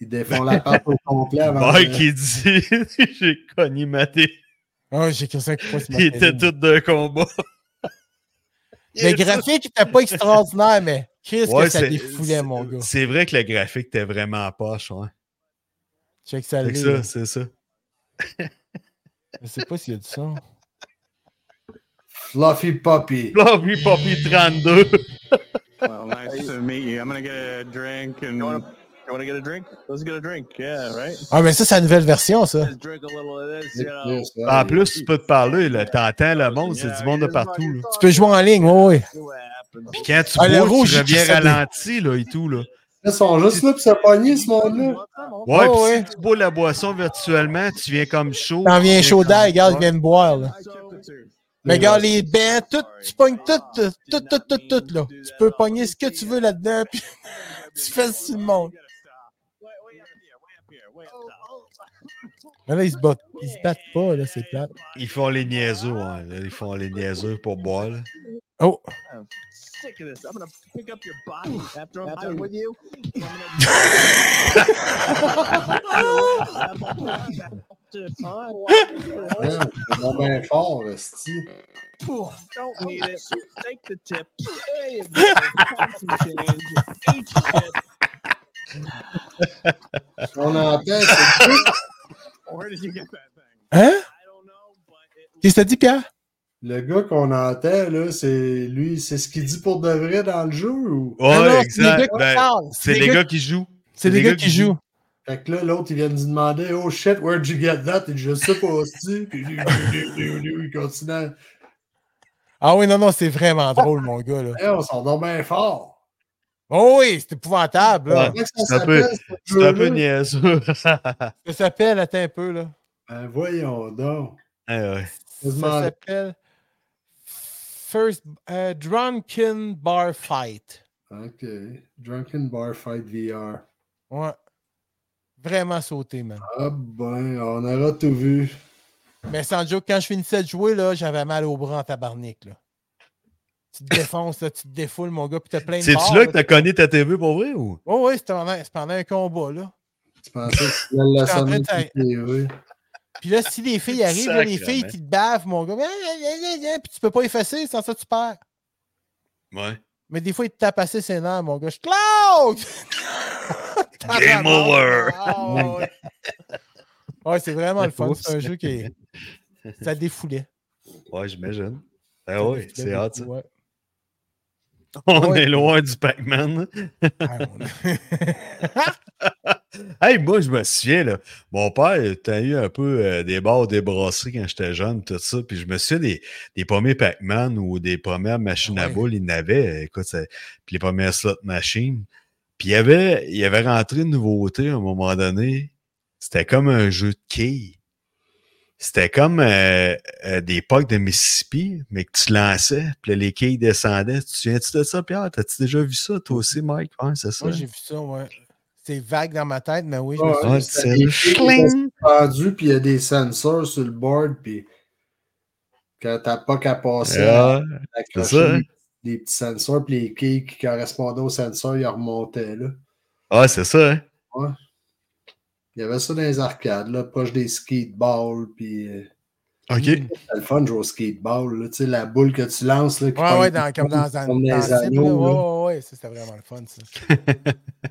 B: ils défont la pâte au
C: *laughs*
B: complet avant.
C: Mike,
B: de-
C: il dit *laughs* J'ai cogné ma télé.
A: Ah, j'ai crissé un coup de poing sur ma
C: Il
A: télé.
C: était
A: moi.
C: tout
A: *laughs*
C: d'un combat.
A: Le graphique n'était pas extraordinaire, mais Chris,
C: Ouais,
A: que ça
C: c'est-
A: défoulait,
C: c'est-
A: mon gars.
C: C'est vrai que le graphique était vraiment poche, ouais.
A: Check ça,
C: Fait que
A: l'est, là.
C: ça, c'est ça.
A: Je sais pas s'il y a du son.
B: Fluffy Puppy.
C: Fluffy Poppy 32.
D: Well, nice to meet you. I'm gonna get a drink and you wanna, get a drink? Let's get a drink. Yeah, *laughs* right.
A: Ah, mais ça, c'est la nouvelle version, ça.
D: Let's drink a little of this.
B: C'est
D: You know.
B: plus, là,
C: En Ah, plus, tu peux te parler, là. T'entends le monde, c'est du monde de partout, là.
A: Tu peux jouer en ligne, oui, oui.
D: See what happens.
C: Puis quand tu
A: Ah, le
C: bois,
A: rouge,
C: tu
A: il
C: reviens
A: crissait des-
C: ralenti, là, et tout, là.
B: Ils sont juste là pour se pogner, ce monde-là.
C: Ouais,
A: Ah,
C: puis
A: ouais.
C: si tu bois la boisson virtuellement, tu viens comme chaud.
A: T'en viens chaud
C: comme-
A: d'air, regarde, ils viennent boire, là. Mais regarde, les bains, tout, tu pognes tout, tout, tout, tout, tout, tout, là. Tu peux pogner ce que tu veux là-dedans, puis tu fais ce le monde. Mais là, ils se battent, ils se battent pas, là, c'est plate.
C: Ils font les niaiseux, ouais. là. Ils font les niaiseux pour boire, là.
A: Oh,
D: Sick of this. I'm gonna pick up your body after I'm done
A: *laughs*
D: with you.
C: *laughs*
D: *laughs*
A: *laughs*
B: Ouais, c'est donc bien fort, esti.
D: Don't need it. Take the tip. There you go. Find some change. Eat shit.
B: On entend, c'est
D: Where did you get that thing?
A: hein?
D: I don't know, but it
A: Qu'est-ce que t'as dit, Pierre?
B: le gars qu'on entend, là, c'est lui, c'est ce qu'il dit pour de vrai dans le jeu ou.
C: Ouais,
A: Ah non, c'est les
C: exact.
A: gars qui
C: Ben,
A: parlent.
C: C'est les gars qui jouent.
A: C'est les gars qui jouent.
B: Fait que là, l'autre, il vient nous demander Oh shit, where'd you get that? Et je sais pas aussi. Puis lui, lui, lui, lui, lui, il continue. à- Eh,
A: Ah oui, non, non, c'est vraiment drôle, mon gars, là.
B: Hey, on s'en dort bien fort.
A: Oh oui, c'est épouvantable. Là.
B: Comment que
C: c'est
B: ça
C: un peu-
B: s'appelle, ce
C: C'est un peu
B: jeu-là?
C: niaiseux. *laughs*
A: Ça s'appelle, attends un peu, là.
B: Ben, voyons donc.
C: Eh ouais.
A: Ça
B: Quasiment-
A: s'appelle First euh, Drunken Bar Fight.
B: OK. Drunken Bar Fight VR.
A: Ouais. Vraiment sauté, man.
B: Ah ben, on aura tout vu.
A: Mais sans joke, quand je finissais de jouer, là, j'avais mal au bras en tabarnak, là. Tu te défonces, là, tu te défoules, mon gars, puis t'as plein de
C: C'est-tu
A: barres,
C: là que t'as
A: là.
C: cogné ta TV pour vrai ou?
A: Oh oui, c'était pendant, c'est pendant un combat, là.
B: Tu pensais que tu allais la
A: Je suis en train
B: sonner
A: de
B: sur TV.
A: Puis là, si les
C: *laughs*
A: filles arrivent, là, les
C: Sacrement.
A: filles qui te bavent, mon gars, ah, Viens, viens, viens, viens, viens. puis tu peux pas effacer, sans ça, tu perds.
C: Ouais.
A: Mais des fois, ils te tapent assez ses nerfs, mon gars. Je
C: *laughs*
A: Claude! Tabarnak!
C: over.
A: Ah, ouais. Ouais, c'est vraiment le fun.
C: Oups.
A: C'est un jeu qui est... Ça défoulait.
C: Ouais, j'imagine. Ah
A: Ça
C: oui,
A: défoulait
C: c'est hot ça.
A: beaucoup, ouais.
C: On
A: Ouais.
C: est loin du Pac-Man.
A: Ah, on-
C: *laughs* Hey, moi, je me souviens, là, mon père, t'as eu un peu euh, des barres débrassées quand j'étais jeune, tout ça. Puis je me souviens des, des premiers Pac-Man ou des premières machines à
A: Ouais.
C: boules, il n'avait, euh, écoute, ça- puis les premières slot machines. Puis il y avait, il y avait rentré une nouveauté à un moment donné. C'était comme un jeu de quilles. C'était comme euh, euh, des pocs de Mississippi, mais que tu lançais, puis là, les quilles descendaient. Tu te souviens-tu de ça, Pierre? T'as-tu déjà vu ça, toi aussi, Mike? Ouais, c'est ça.
A: Moi, j'ai vu ça, ouais. C'est vague dans ma tête, mais oui. je me
B: Ouais,
A: souviens.
C: Ouais,
B: c'est
C: c'est-
B: des filles qui
C: Cling!
B: sont suspendues, puis il y a des sensors sur le board, puis quand t'as pas qu'à passer,
C: Ah,
B: à
C: c'est ça, hein?
B: des petits sensors, puis les quilles qui correspondaient aux sensors, ils remontaient, là.
C: ah, c'est ça, hein?
B: Il y avait ça dans les arcades, là, proche des skateballs, puis... euh,
C: OK.
B: C'est le fun de jouer au skateball, là, tu sais, la boule que tu lances. Là, qui
A: Ouais,
B: tombe-
A: ouais, dans, comme dans, dans,
B: tombe dans
A: dans
B: les
A: Zip, là.
B: anneaux, là.
A: Ouais, ouais, ouais, ça, c'était vraiment le fun, ça.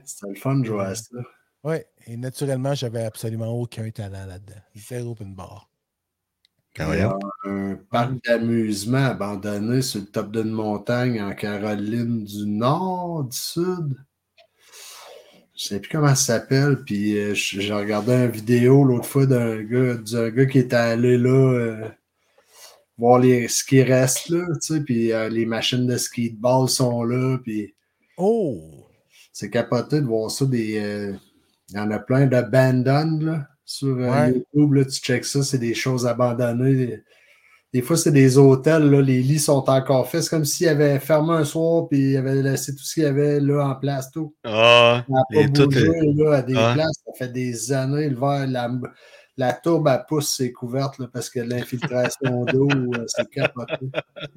B: C'était le fun de jouer à ça.
A: Ouais, et naturellement, j'avais absolument aucun talent là-dedans. Zéro open bar.
C: Quand
B: Il y
C: même.
B: a un parc d'amusement abandonné sur le top d'une montagne en Caroline du Nord, du Sud. Je sais plus comment ça s'appelle. Puis euh, j- j'ai regardé une vidéo l'autre fois d'un gars, d'un gars qui était allé là euh, voir les, ce qui reste là, tu sais, puis euh, les machines de skateball sont là, puis.
A: Oh!
B: C'est capoté de voir ça. Des, euh, il y en a plein d'abandon là, sur euh,
A: Ouais.
B: YouTube. Là, tu checks ça, c'est des choses abandonnées. Des fois, c'est des hôtels, là, les lits sont encore faits. C'est comme s'ils avaient fermé un soir puis ils avaient laissé tout ce qu'il y avait là en place. Tout.
C: Ah,
B: Ça n'a
C: les-
B: pas
C: tout
B: bougé
C: est-
B: là, à des
C: Ouais.
B: places. Ça fait des années. Le verre, la, la tourbe à pouce, c'est couverte là, parce que
C: *laughs*
B: l'infiltration d'eau, euh, c'est capoté.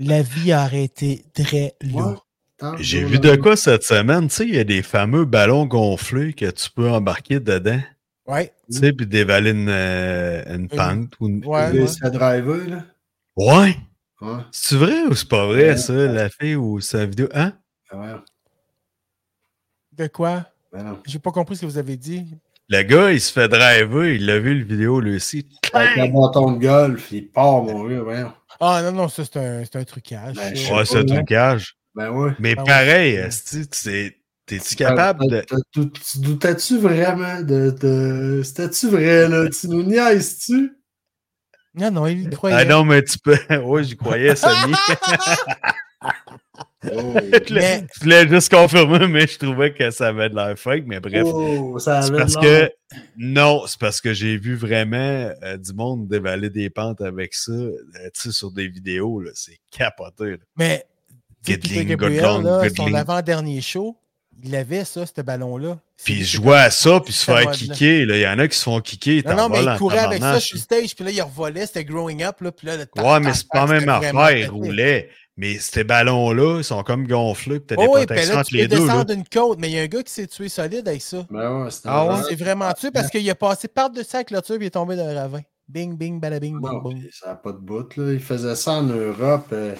A: La vie aurait été très lourde.
B: Tant
C: Ah. J'ai
B: jour,
C: vu
B: là,
C: de quoi cette semaine, tu sais, il y a des fameux ballons gonflés que tu peux embarquer dedans,
A: Ouais.
C: tu sais, puis dévaler une, euh, une pente. Ou une-
A: Ouais,
B: Des
A: ouais.
B: essais driver, là.
C: Ouais!
B: Ouais,
C: C'est vrai ou c'est pas vrai,
B: Ouais.
C: ça, la fille ou sa vidéo? Hein?
B: ouais.
A: De quoi?
B: Ben non.
A: J'ai pas compris ce que vous avez dit.
C: Le gars, il se fait driver, il l'a vu le vidéo, lui aussi.
B: Avec un bâton de golf, il part, mon gars, voyons.
A: Ah non, non, ça c'est un, c'est un trucage.
B: Ben,
A: ça.
B: je sais
C: Ouais,
B: pas,
C: c'est un
B: là.
C: trucage.
B: Ben ouais. Ah,
C: Mais
A: Ah ouais.
C: pareil, esti, tu sais, t'es-tu capable de.
B: T'as- t'as- Tu doutais-tu vraiment de. de- C'était-tu vrai, là? Tu nous niaises-tu?
A: Non, non, il y croyait.
C: Ah non, mais tu peux. *laughs* Ouais, j'y croyais, Samy.
B: Oh,
A: Mais-
C: Je voulais juste confirmer, mais je trouvais que ça avait de l'air fake, mais bref.
B: *laughs* oh, ça
C: C'est
B: avait
C: parce
B: l'air-
C: que non, c'est parce que j'ai vu vraiment euh, du monde dévaler des pentes avec ça, euh, tu sais, sur des vidéos, là, c'est capoté. là.
A: Mais tu sais, Peter
C: Goodling,
A: Gabriel,
C: Goodlong,
A: là, son
C: Goodling.
A: avant-dernier show, il avait ça, ce ballon-là.
C: Puis ils
A: C'est-
C: jouaient à ça, puis se
A: Ça
C: faire
A: va,
C: kicker. là. Il y en a qui se font kicker.
A: Non, non, mais il courait avec ça sur
C: je
A: le stage, puis là, il revolait, c'était growing up, là, puis là, le
C: Ouais, mais c'est pas la même affaire.
A: roulait.
C: Ils roulaient. Mais ces ballons-là, ils sont comme gonflés, puis t'as des
A: Oh, oui, puis
C: protections
A: là,
C: entre
A: tu peux
C: les deux. là.
A: descendre d'une côte, mais il y a un gars qui s'est tué solide avec ça.
B: Ben ouais, c'était
C: Ah ouais?
B: vraiment-
A: C'est vraiment tué parce qu'il a passé par-dessus la clôture, puis il est tombé dans le ravin. Bing, bing, balabing,
B: Non,
A: bing, bing.
B: puis ça n'a pas de bout, là. Il faisait ça en Europe. euh,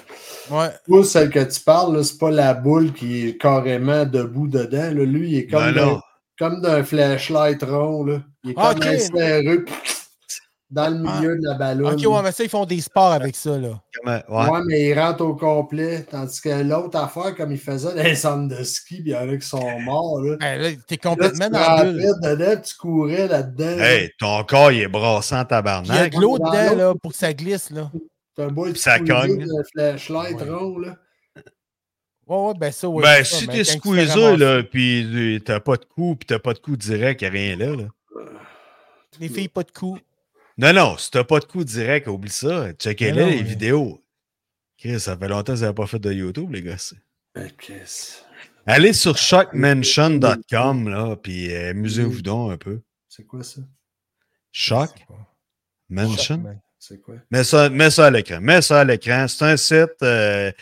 A: Ouais.
B: Toi, celle que tu parles, là, c'est pas la boule qui est carrément debout dedans. là. Lui, il est comme
C: Non,
B: dans-
C: Ben non.
B: comme d'un flashlight rond. Là. Il est
A: Ah,
B: comme
A: ok.
B: un serreux dans
C: Ah.
B: le milieu de la ballonne.
A: Ok, ouais, mais ça, ils font des sports avec ça, là.
C: Comment-
B: ouais.
C: ouais.
B: mais il rentre au complet. Tandis que l'autre affaire, comme il faisait dans les centres de ski, puis il y en a qui sont morts. Là.
A: Ben, là, t'es
B: Là, tu
A: complètement
B: te
A: dans la bulle.
B: rentrais dedans, tu courais là-dedans.
C: Hey, ton corps, il est
A: Puis
C: brassant
A: Il y a
C: tabarnak.
A: de l'eau
B: Dans
A: dedans,
B: l'eau.
A: là, pour que ça glisse, là.
B: T'as un boy
C: Puis ça cogne.
B: Un euh, flashlight
A: Ouais.
B: rond. Là.
A: Ouais, ouais, ben ça, ouais.
C: ben,
A: c'est ça,
C: si
A: mais
C: t'es
A: quand tu te fais
C: squeezé,
A: ramasser-
C: là, pis euh, t'as pas de coup, pis t'as pas de coup direct, y'a rien là, là.
A: Les filles, pas de coups.
C: Non, non, si t'as pas de coup direct, oublie ça. Checkez
A: Mais
C: là
A: non,
C: les
A: mais-
C: vidéos. Chris, ça fait longtemps que vous n'avez pas fait de YouTube, les gars.
B: Ben, qu'est-ce-
C: Allez sur shockmansion.com, là, puis euh, amusez-vous donc un peu.
B: C'est quoi ça?
C: Shock Mansion?
A: man.
B: C'est quoi?
C: Mets ça, mets ça à l'écran. Mets ça à l'écran. C'est un site. euh,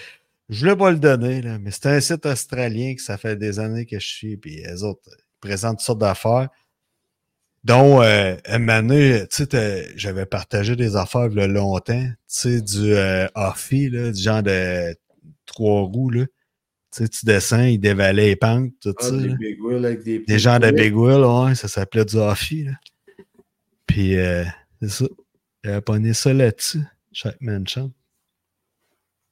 C: je voulais pas le donner, là, mais c'est un site australien que ça fait des années que je suis. Puis les autres euh, ils présentent toutes sortes d'affaires. Dont euh, un moment donné, tu sais, t'as- j'avais partagé des affaires le longtemps. Tu sais, du euh, Offie, là, du genre de trois roues, là. Tu sais, tu descends, il dévalait les pentes, tout
B: Ah,
C: ça.
B: des
C: là.
B: big wheels avec des.
C: Des gens de Big Wheel, ouais, ça s'appelait du Offie, là. Puis, euh, c'est ça. J'avais pogné ça là-dessus, chaque mansion.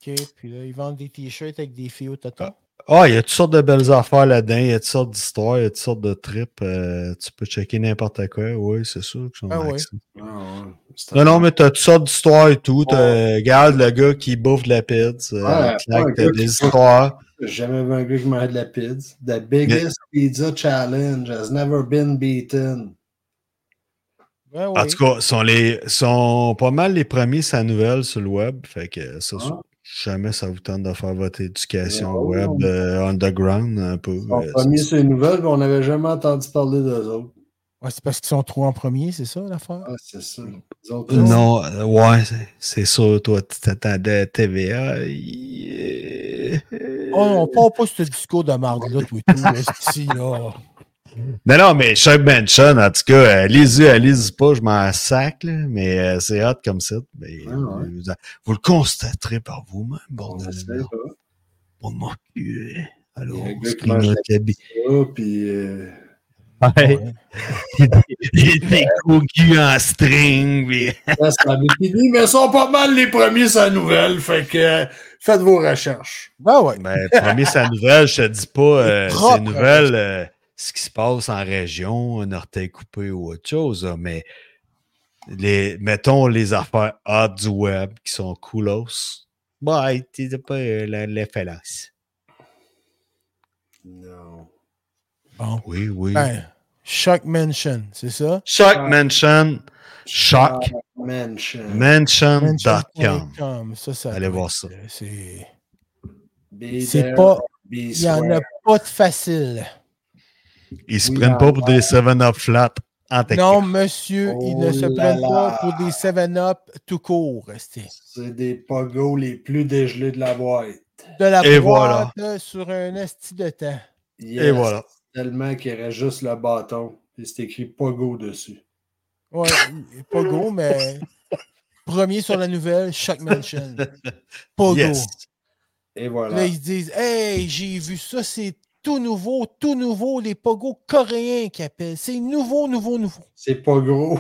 A: Ok, puis là, ils vendent des t-shirts avec des filles au total.
C: Ah, il y a toutes sortes de belles affaires là-dedans, il y a toutes sortes d'histoires, il y a toutes sortes de trips. euh, tu peux checker n'importe quoi, oui, c'est sûr. que j'en ai
A: Ah ouais.
C: accès.
B: Ah, ouais. C'est
C: Non,
B: un-
C: non, mais t'as toutes sortes d'histoires et tout. T'as- Regarde le gars qui bouffe de la pizza.
B: Ouais,
C: euh, claque,
B: ouais,
C: t'as
B: gars
C: des
B: qui-
C: histoires.
B: J'ai jamais vu un gars qui mangeait de la pizza. The biggest pizza challenge has never been beaten.
A: Ouais, ouais.
C: En tout cas, sont les sont pas mal les premiers sa nouvelle sur le web. Fait que ça,
B: Ah.
C: si jamais ça vous tente de faire votre éducation
B: Non.
C: web euh, underground un peu.
B: On
C: euh,
B: a mis ces nouvelles, mais on n'avait jamais entendu parler d'eux autres.
A: Ouais, c'est parce qu'ils sont trop en premier, c'est ça l'affaire?
B: Ah, c'est ça. Les autres,
C: Non, euh, ouais, c'est- c'est sûr, toi, tu t'attendais à TVA. yeah.
A: Oh, on part pas ce discours de marde-là, tout et tout, là, c'ti, là.
C: Non, non, mais Shark Mansion, en tout cas, euh, lisez, lisez pas, je m'en sac, là, mais euh, c'est hot comme ça. mais,
B: Ouais, ouais.
C: euh, Vous, vous le constaterez par vous-même,
B: on
C: bordel.
B: essaie,
C: de merde.
B: là.
C: Bon, de mon cul, hein. Alors,
B: Il y a un
C: on
B: gars
C: se
B: qui
C: clignote
B: mange
C: la bite.
B: Ah, puis, euh,
C: Ouais.
A: Ouais.
C: Des gros culs en string, puis-
B: là, c'est la Wikipédie, mais ils sont pas mal les premiers sa nouvelle. Fait que euh, faites vos recherches.
A: Ben ouais.
C: Ben, premier, sa nouvelle, je te dis pas, euh,
A: Propre.
C: c'est une nouvelle, euh, ce qui se passe en région, un orteil coupé ou autre chose, là, mais les, mettons les affaires hot du web qui sont coolos. Bah, t'es pas euh, la, la phalanx.
B: Non.
A: Bon.
C: Oui, oui.
A: Ben, Shock Mansion, c'est ça?
C: Shock Mansion, Shock
B: Mansion.
C: Mansion.com.
A: Mansion.com, ça, ça.
C: Allez voir ça.
A: Euh, C'est
B: Be
A: c'est
B: there,
A: pas.
B: be
A: Il n'y en a
B: square.
A: pas de facile.
C: Ils se
B: Oui,
C: prennent pas
B: non,
C: pour des 7-up flat en technique.
A: Non, monsieur, ils ne
B: Oh
A: se
B: là
A: prennent pas
B: là.
A: pour des 7-up tout court. c'ti.
B: C'est des pogos les plus dégelés de la boîte.
A: De la
C: Et
A: boîte euh, sur un esti de temps.
C: Et voilà.
B: Tellement qu'il reste juste le bâton. Et c'est écrit pogo dessus.
A: Ouais, pas gros, mais premier sur la nouvelle, Shock Mansion. Pas
C: Yes. *laughs*
A: gros.
B: Et
A: Là,
B: voilà.
A: ils se disent Hey, j'ai vu ça, c'est tout nouveau, tout nouveau, les pogos coréens qui appellent. C'est nouveau, nouveau, nouveau.
B: C'est pas gros.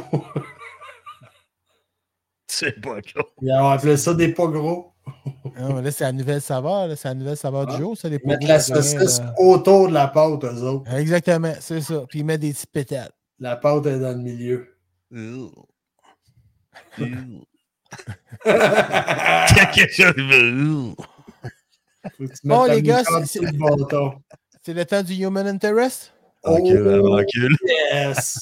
C: C'est pas gros.
B: *laughs* Ils ont appelé ça des pas gros.
A: Ah, mais là, c'est la nouvelle saveur, là, c'est la nouvelle saveur du
B: Ah,
A: jour, ça, euh, les
B: Ils
A: pogos.
B: mettent la
A: coréens,
B: saucisse
A: là.
B: autour de la pâte, eux autres.
A: Ah, Exactement, c'est ça. Puis ils mettent des petits pétales.
B: La pâte est dans le milieu. *laughs*
C: *laughs*
B: Faut que tu
A: Bon,
B: mettes
A: les
B: la
A: gars,
B: moutarde
A: c'est-
B: sur le bâton.
A: C'est le temps du Human Interest.
C: Recule,
B: Oh.
C: recule.
B: Yes!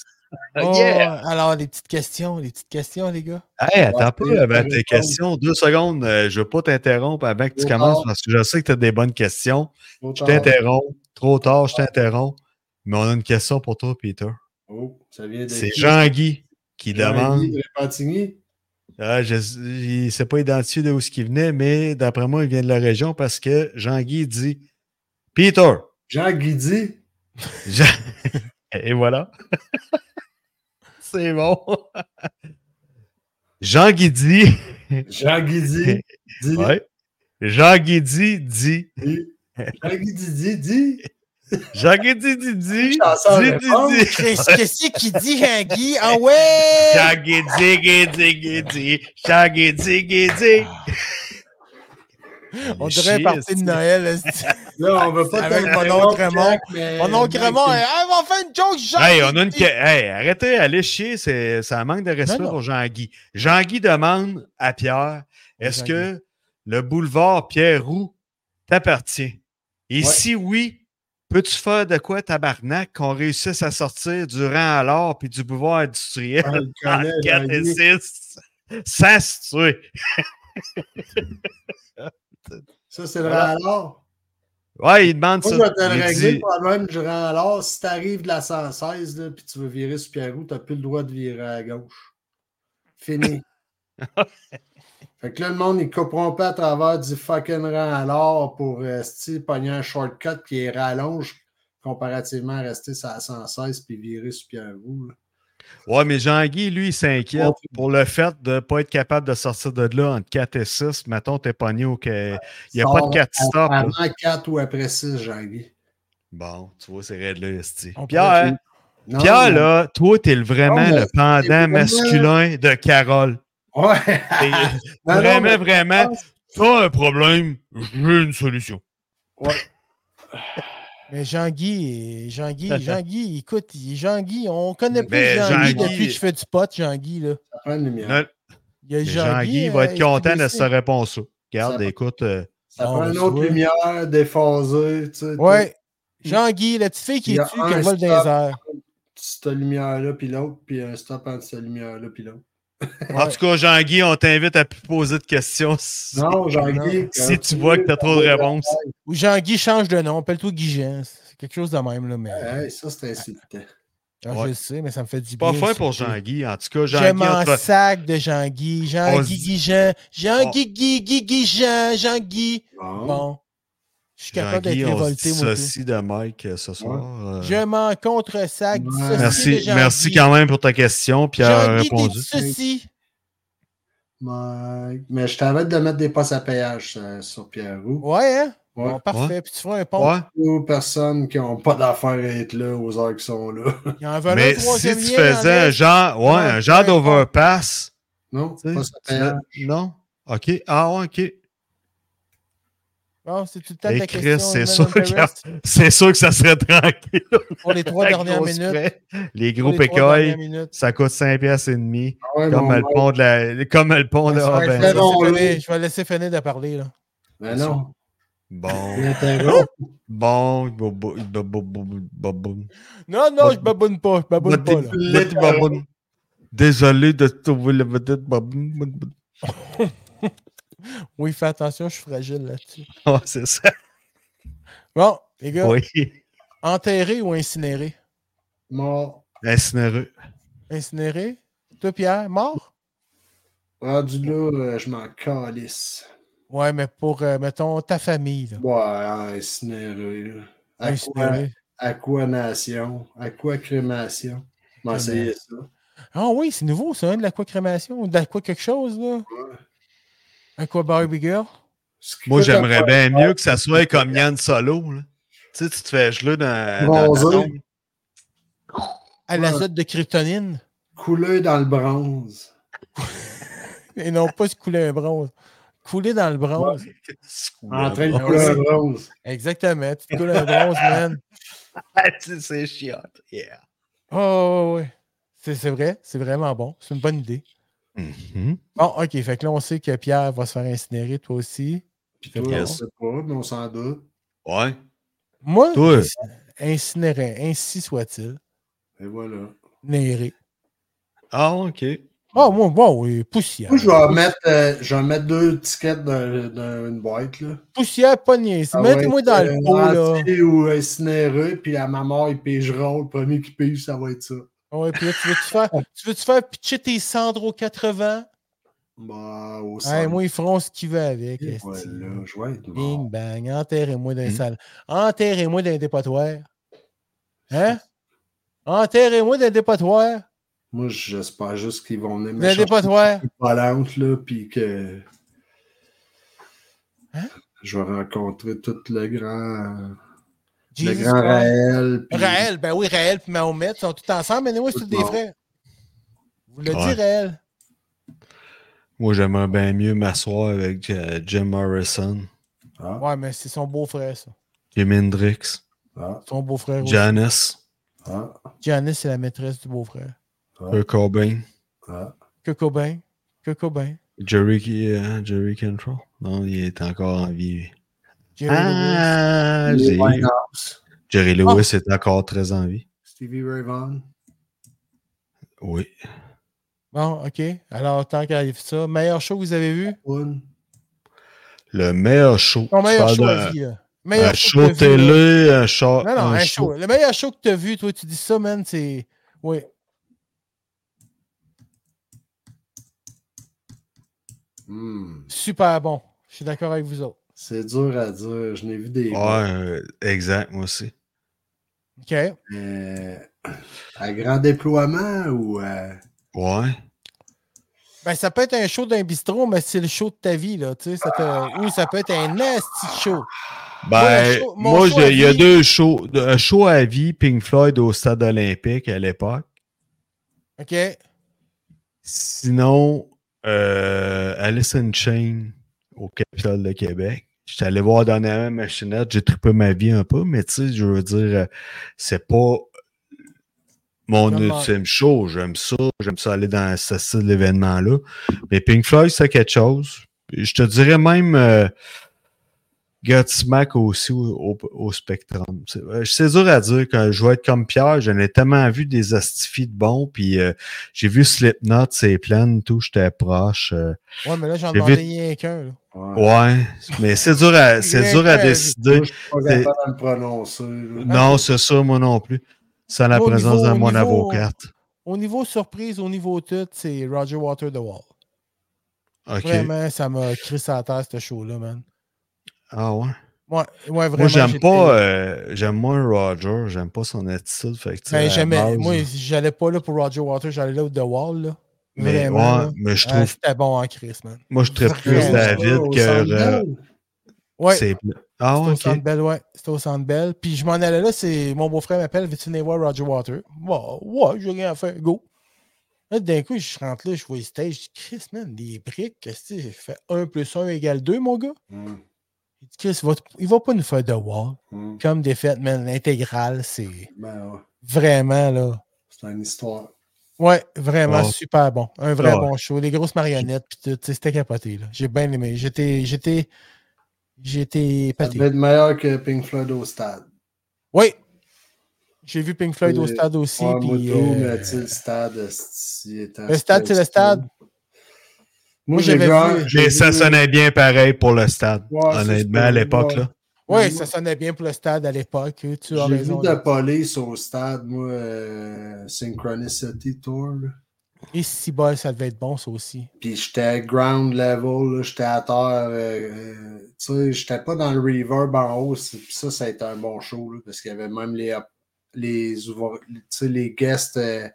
A: Oh,
C: Euh, yeah!
A: Alors, les petites questions, les petites questions, les
C: *laughs*
A: gars.
C: Hey, attends un
B: Ouais,
C: peu avant
B: je
C: tes
B: réponds.
C: questions. Deux secondes. euh, je ne veux pas t'interrompre avant que tu
B: Trop
C: commences
B: tard.
C: parce que je sais que tu as des bonnes questions. Je
B: Autant-
C: t'interromps. Trop tard, je t'interromps. Mais on a une question pour toi, Peter.
B: Oh, ça vient de
C: C'est
B: qui?
C: Jean-Guy qui demande.
B: Jean-Guy de Repentigny?
C: Ah, je, il ne s'est pas identifié d'où ce qui venait, mais d'après moi, il vient de la région parce que Jean-Guy dit Peter.
B: Jean Guidi?
C: Jean- Et voilà. *laughs* C'est bon. *laughs* Jean Guidi.
B: Jean Guidi? Dis.
C: Ouais. Jean Guidi dit.
B: dis. Jean Guidi dit, dit.
C: Jean Guidi dit dit.
B: Chanson
C: Dit, dit,
B: réponse.
C: dit.
A: Qu'est-ce que c'est qu'il dit, Jean-Guy? Ah ouais!
C: Jean Guidi, Guidi, Guidi. Jean Guidi, Guidi.
A: Ah. On dirait une partie de Noël. esti.
B: Là, on veut pas
A: Avec
B: t'interrompre,
A: mon oncle Raymond.
B: Jack, mais-
A: Mon oncle Raymond, hey, hey, on fait une joke, Jean!
C: Hey, on a une. que- Hey, arrêtez, allez chier, c'est ça manque de respect
A: Non, non.
C: pour Jean-Guy. Jean-Guy demande à Pierre est-ce
A: Jean-Guy.
C: que le boulevard Pierre-Roux t'appartient Et si oui, peux-tu faire de quoi, tabarnak, qu'on réussisse à sortir du rang à l'or puis du pouvoir industriel
B: Ah, le
C: en
B: connaît,
C: 4 et
B: Jean-Guy.
C: 6 sans se tuer?
B: Ça, c'est le rang à l'or.
C: Ouais, il demande
B: Moi,
C: ça.
B: je vais te
C: Il
B: le régler
C: dit-
B: le problème du rang à l'or. Si t'arrives de la 116 là, puis tu veux virer sur Pierrot, t'as plus le droit de virer à gauche.
C: *laughs*
B: Fini. fait que là, le monde, ils couperont pas à travers du fucking rang à l'or pour euh, sti, pogner un shortcut puis ils rallongent comparativement à rester sur la 116 puis virer sur Pierrot. là.
C: Ouais, mais Jean-Guy, lui, il s'inquiète
B: Ouais.
C: pour le fait de ne pas être capable de sortir de là entre 4 et 6. Mettons, t'es pogné au. que- Il n'y a pas
B: Sors
C: de 4
B: à-
C: stops. là.
B: Avant 4 ou après 6, Jean-Guy.
C: Bon, tu vois, c'est réglé, esti.
A: On
C: Pierre, euh,
B: Non,
C: Pierre,
B: mais-
C: là, toi, t'es le- vraiment
B: Non, mais
C: le pendant
B: c'est vraiment-
C: masculin de Carole.
B: Ouais.
C: T'es-
B: *laughs* Non, non,
C: vraiment,
B: mais-
C: vraiment, t'as un problème, j'ai une solution.
A: Mais Jean-Guy,
C: *laughs*
A: Jean-Guy, Jean-Guy, écoute, il- Jean-Guy, on connaît plus
C: Mais
A: Jean-Guy
C: Jean-Guy-
A: depuis que je fais du pot, Jean-Guy, là.
B: Ça prend une lumière.
C: Non,
A: Il y a
C: mais Jean-Guy
A: euh,
C: va être content de
A: SQDC.
C: sa réponse. Regarde,
B: Ça va.
C: écoute, euh,
B: Ça
A: Non,
B: prend une
A: je
B: autre
A: vois.
B: lumière, déphasée, tu sais.
A: Ouais. Jean-Guy, la petite fille qui
B: Il y a
A: est dessus, qui
B: un
A: vole dans
B: stop.
A: les airs.
B: Cette lumière-là, puis l'autre, puis un stop entre cette lumière-là, puis l'autre.
C: En tout cas, Jean-Guy, on t'invite à plus poser de questions. si-
B: Non, Jean-Guy.
C: Si tu vois que t'as trop de réponses.
A: Ou Jean-Guy change de nom, appelle-toi Guigen. C'est quelque chose de même, là. Mais,
B: Hey, ça, c'est insultant.
A: Ah,
C: ouais.
A: Je le sais, mais ça me fait du
C: C'est pas
A: bien.
C: fin
A: ça.
C: pour Jean-Guy. En tout cas,
A: Je
C: Jean-Guy,
A: m'en
C: entre-
A: sac de Jean-Guy.
C: On
A: Jean-Guy
C: se-
A: Guigen. Jean-Guy Guy, Guy Guigen. Jean-Guy.
C: Oh.
B: Bon.
A: Bon. Je suis capable
C: Jean-Guy,
A: d'être
C: on se
A: révolté, moi. tout.
C: dissocie de Mike euh, ce soir. euh,
A: Je m'en contre-sac.
B: Ouais.
A: dissocie de
C: Merci,
A: Jean-Guy.
C: merci quand même pour ta question. Pierre a
A: Jean-Guy, t'es
C: répondu.
A: dissocié.
B: Mike. Mais je t'arrête de mettre des postes à payage euh, sur Pierre-Roux.
A: Ouais, hein?
B: Ouais.
A: Bon, parfait. Puis tu feras un pont.
C: Ouais.
B: Aux personnes qui n'ont pas d'affaires à être là aux heures qui sont là. *laughs*
A: Il y en veut un
C: Mais si
A: troisième
C: tu
A: lien, il y en
C: faisais
A: a-
C: un genre, ouais, un
A: Ouais,
C: genre
A: ouais, ouais.
C: d'overpass,
B: Non,
C: tu sais,
B: postes à
C: tu mets-
B: payage.
C: non? OK. Ah ouais, OK.
A: Bon, c'est tout le temps
C: Et
A: ta
C: Chris,
A: question.
C: c'est
A: Madame
C: sûr qu'il y a-
A: Perez,
C: C'est sûr que ça serait tranquille.
A: Pour les trois
C: la
A: dernières
C: grosse
A: minutes.
C: frais. Les
A: pour
C: gros
A: les trois dernières
C: écueils,
A: minutes.
C: ça coûte 5 piastres et demi.
B: Ah ouais,
C: Comme
B: mon
C: le pont de la... Comme le pont de
A: Ça va être
B: ben,
A: très
C: Robinson.
B: bon.
A: long,
B: ça-
A: là. Je vais laisser finir de parler. Là.
B: Ben
C: *laughs*
B: non,
C: Bon, Oh!
B: l'interrompt.
C: bon, bo- bo- bo- bo- bo- bo- bo-
A: Non, non, je baboune pas. Je baboune pas. Là.
C: Votre babou- Désolé de trouver le vedette. babou-
A: Oui, fais attention, je suis fragile là-dessus.
C: Ah, c'est ça.
A: Bon, les gars,
C: Oui.
A: enterré ou incinéré?
B: Mort.
C: Ben, Incinéreux.
A: Incinéré? Toi, Pierre, mort?
B: Rendu là, euh, je m'en calisse.
A: Ouais, mais pour, euh, mettons, ta famille. Là.
B: Ouais, incinéré. là. À quoi,
A: Incinéré.
B: à quoi nation? À quoi crémation? Bon,
A: Crémation.
B: essayez ça.
A: Ah oui, c'est nouveau, ça, hein, de l'aquacrémation ou de l'aqua quelque chose, là. Aqua Barbie Girl.
B: Ce qui
C: Moi,
B: coûte
C: j'aimerais
B: un-
C: bien mieux que ça soit comme Yann Solo. là. Tu sais, tu te fais geler dans. dans
B: Bronzé.
C: la tombe.
A: À l'azote de kryptonine.
B: Couler dans le bronze.
A: Et non pas se couler un bronze. Couler dans le bronze.
B: En train de
A: bronze.
B: couler
C: *laughs*
B: un bronze.
A: Exactement. Tu te coules un bronze,
B: *laughs*
A: man.
C: Ah, tu sais, c'est chiant. Yeah.
A: Oh, ouais. C'est c'est vrai. C'est vraiment bon. C'est une bonne idée.
C: Mhm.
A: Bon, OK. Fait que là, on sait que Pierre va se faire incinérer, toi aussi.
B: Puis toi, on
C: Yes.
B: sait pas, mais on s'en doute.
C: Ouais.
A: Moi,
C: Toi.
A: incinéré, ainsi soit-il.
B: Et voilà.
A: Néré.
C: Ah, OK.
A: Oh,
B: Hmm.
A: moi, moi, oui, poussière.
B: Moi, je vais mettre, euh, je vais mettre deux tickets dans, dans une boîte. là.
A: Poussière, pas niaise.
B: Ça va
A: Mettez-moi
B: être,
A: dans
B: euh,
A: le pot, là.
B: entier ou incinéré, puis à ma mort, il pigera. Le premier qui pige, ça va être ça.
A: Ah Ouais, puis là, tu veux-tu
B: *laughs*
A: faire, tu veux-tu faire pitcher tes cendres aux 80?
B: Bah, au
A: Hey,
B: centre.
A: moi, ils feront ce qu'ils veulent avec.
B: Et
A: esti.
B: voilà, je vais être mort.
A: Bing, bang, enterrez-moi dans les
C: Hmm.
A: salles. Enterrez-moi dans les dépotoirs.
B: *laughs*
A: Hein? Enterrez-moi dans les dépotoirs.
B: Moi, j'espère juste qu'ils vont venir
A: Dans les dépotoirs.
B: volante, là, puis que
A: Hein?
B: je vais rencontrer tout le grand, le
A: Jesus
B: grand
A: Christ.
B: Raël. puis-
A: Raël, ben oui, Raël et Mahomet sont tous ensemble, mais oui, c'est tous des
B: Non.
A: frères. Vous le
C: Ouais.
A: dit, Raël.
C: Moi, j'aimerais bien mieux m'asseoir avec euh, Jim Morrison,
B: Ah,
A: Ouais, mais c'est son beau-frère, ça.
C: Jim Hendrix,
B: ah,
A: Son beau-frère. aussi.
C: Janice,
B: ah,
A: Janice, c'est la maîtresse du beau-frère.
C: Kurt Cobain,
B: ah.
A: Que Cobain. Que Cobain.
C: Jerry, qui- euh, Jerry Cantrell. Non, il est encore en vie. lui.
A: Jerry Lewis. Ah.
C: Ah,
B: Les
C: j'ai eu.
B: Winehouse,
C: Jerry Lewis est encore très en vie.
B: Stevie Ray Vaughan.
C: Oui.
A: Bon, OK. Alors, tant qu'à aller ça, meilleur show que vous avez vu?
B: Wood.
C: Le meilleur show.
A: Ton meilleur
C: Tu
A: show
C: parles
A: à
C: de-
A: vie, là.
C: Un
A: Meilleur
C: show
A: que t'as vu, là.
C: télé, un show.
A: Non, non, un,
C: un
A: show. Le meilleur show que tu as vu, toi, tu dis ça, man, c'est. Oui.
B: Hmm.
A: Super bon. Je suis d'accord avec vous autres.
B: C'est dur à dire. Je n'ai vu des.
C: Ouais, euh, exact, moi aussi.
A: OK.
B: Euh, à grand déploiement ou. euh,
C: Ouais.
A: Ben, ça peut être un show d'un bistrot, mais c'est le show de ta vie, là. Tu sais, ça te- Ou ça peut être un nasty show.
C: Ben,
A: le show- mon
C: moi,
A: show
C: j'ai-
A: à
C: il y a
A: vie-
C: deux shows. Un show à vie, Pink Floyd au stade olympique à l'époque.
A: OK.
C: Sinon, euh, Alice in Chain au Capitole de Québec. J'étais allé voir dernièrement Machinette, j'ai trippé ma vie un peu, mais tu sais, je veux dire, euh, c'est pas mon
A: Comment-
C: ultime show. J'aime ça, j'aime ça aller dans ce style d'événement-là. Mais Pink Floyd, c'est quelque chose. Je te dirais même euh, Godsmack aussi au, au- au Spectrum. C'est euh, c'est dur à dire quand je vais être comme Pierre, j'en ai tellement vu des astifies de bons, puis euh, j'ai vu Slipknot, c'est plein, tout, j'étais proche. euh,
A: Ouais, mais là, j'en
C: J'ai
A: demandais
C: vu-
A: rien qu'un, là.
B: ouais.
C: ouais, mais c'est dur à,
A: *laughs*
C: c'est dur à décider.
B: Moi, je suis pas
C: C'est-
B: capable de le prononcer. là.
C: Non, c'est ça, moi non plus. Sans la
A: Ah. Au
C: présence
A: niveau-
C: de
A: au
C: mon
A: niveau-
C: avocate.
A: Au niveau surprise, au niveau tout, c'est Roger Water The Wall.
C: OK.
A: Vraiment, ça m'a crissé à terre, ce show-là, man.
C: Ah ouais.
A: Ouais, ouais vraiment.
C: Moi, j'aime
A: j'étais- Ben,
C: pas, euh, j'aime moins Roger, j'aime pas son attitude. Fait que, tu sais, à
A: Ben,
C: la
A: j'aimais.
C: base,
A: Moi, j'allais pas là pour Roger Water, j'allais là au The Wall, là.
C: mais,
A: vraiment,
C: ouais,
A: là.
C: mais je
A: Ah,
C: trouve,
A: c'était bon en Chris, man.
C: moi, je traite plus
A: vraiment,
C: David
B: Au Centre
C: que. euh,
B: Bell.
A: Ouais.
C: c'est- Ah
A: C'était
C: ouais,
A: au
C: OK.
A: Centre Bell, ouais. C'était au Centre Bell. Puis je m'en allais là, c'est mon beau-frère m'appelle, veux-tu venir voir Roger Water? Ouais, ouais, j'ai rien à faire, go. Là, d'un coup, je rentre là, je vois le stage, je dis, Chris, man, des briques, qu'est-ce que c'est? Je fais 1 plus 1 égale 2, mon gars.
B: Hum,
A: Il dit, Chris, va- il va pas nous faire de wall.
B: hum.
A: Comme des fêtes, man, l'intégrale, c'est
B: Ben ouais,
A: vraiment, là.
B: C'est une histoire.
A: Ouais, vraiment
C: Ouais.
A: super bon. Un vrai
C: Ouais.
A: bon show. Des grosses marionnettes, puis tout, tu sais, c'était capoté, là. J'ai bien aimé. J'étais, j'étais, j'étais
B: Ça
A: épaté.
B: devait être meilleur que Pink Floyd au stade.
A: Oui. J'ai vu Pink Floyd au
B: Euh,
A: stade aussi.
B: Ouais, moi,
A: puis,
B: tout,
A: euh,
B: mais tu sais, le stade, euh, si, étant-
A: le stade, c'est le stade.
B: Moi, j'ai
A: j'avais
B: vu. un-
A: vu-
B: j'ai
C: Mais
B: vu-
C: ça sonnait bien pareil pour le stade.
B: Ouais, c'est
C: Honnêtement,
B: ça,
C: à l'époque,
B: ouais.
C: là.
A: oui, ça sonnait bien pour le stade à l'époque. hein, Tu as
B: J'ai vu
A: raison.
B: de
A: là.
B: police au stade, moi, euh, Synchronicity Tour. là.
A: Et si bol, ça devait être bon, ça aussi.
B: Puis j'étais ground level, là, j'étais à terre. euh, euh, tu sais, j'étais pas dans le reverb en haut. c'est- Puis ça, ça a été un bon show, là, parce qu'il y avait même les, op- les, ouver- tu sais, les guests euh,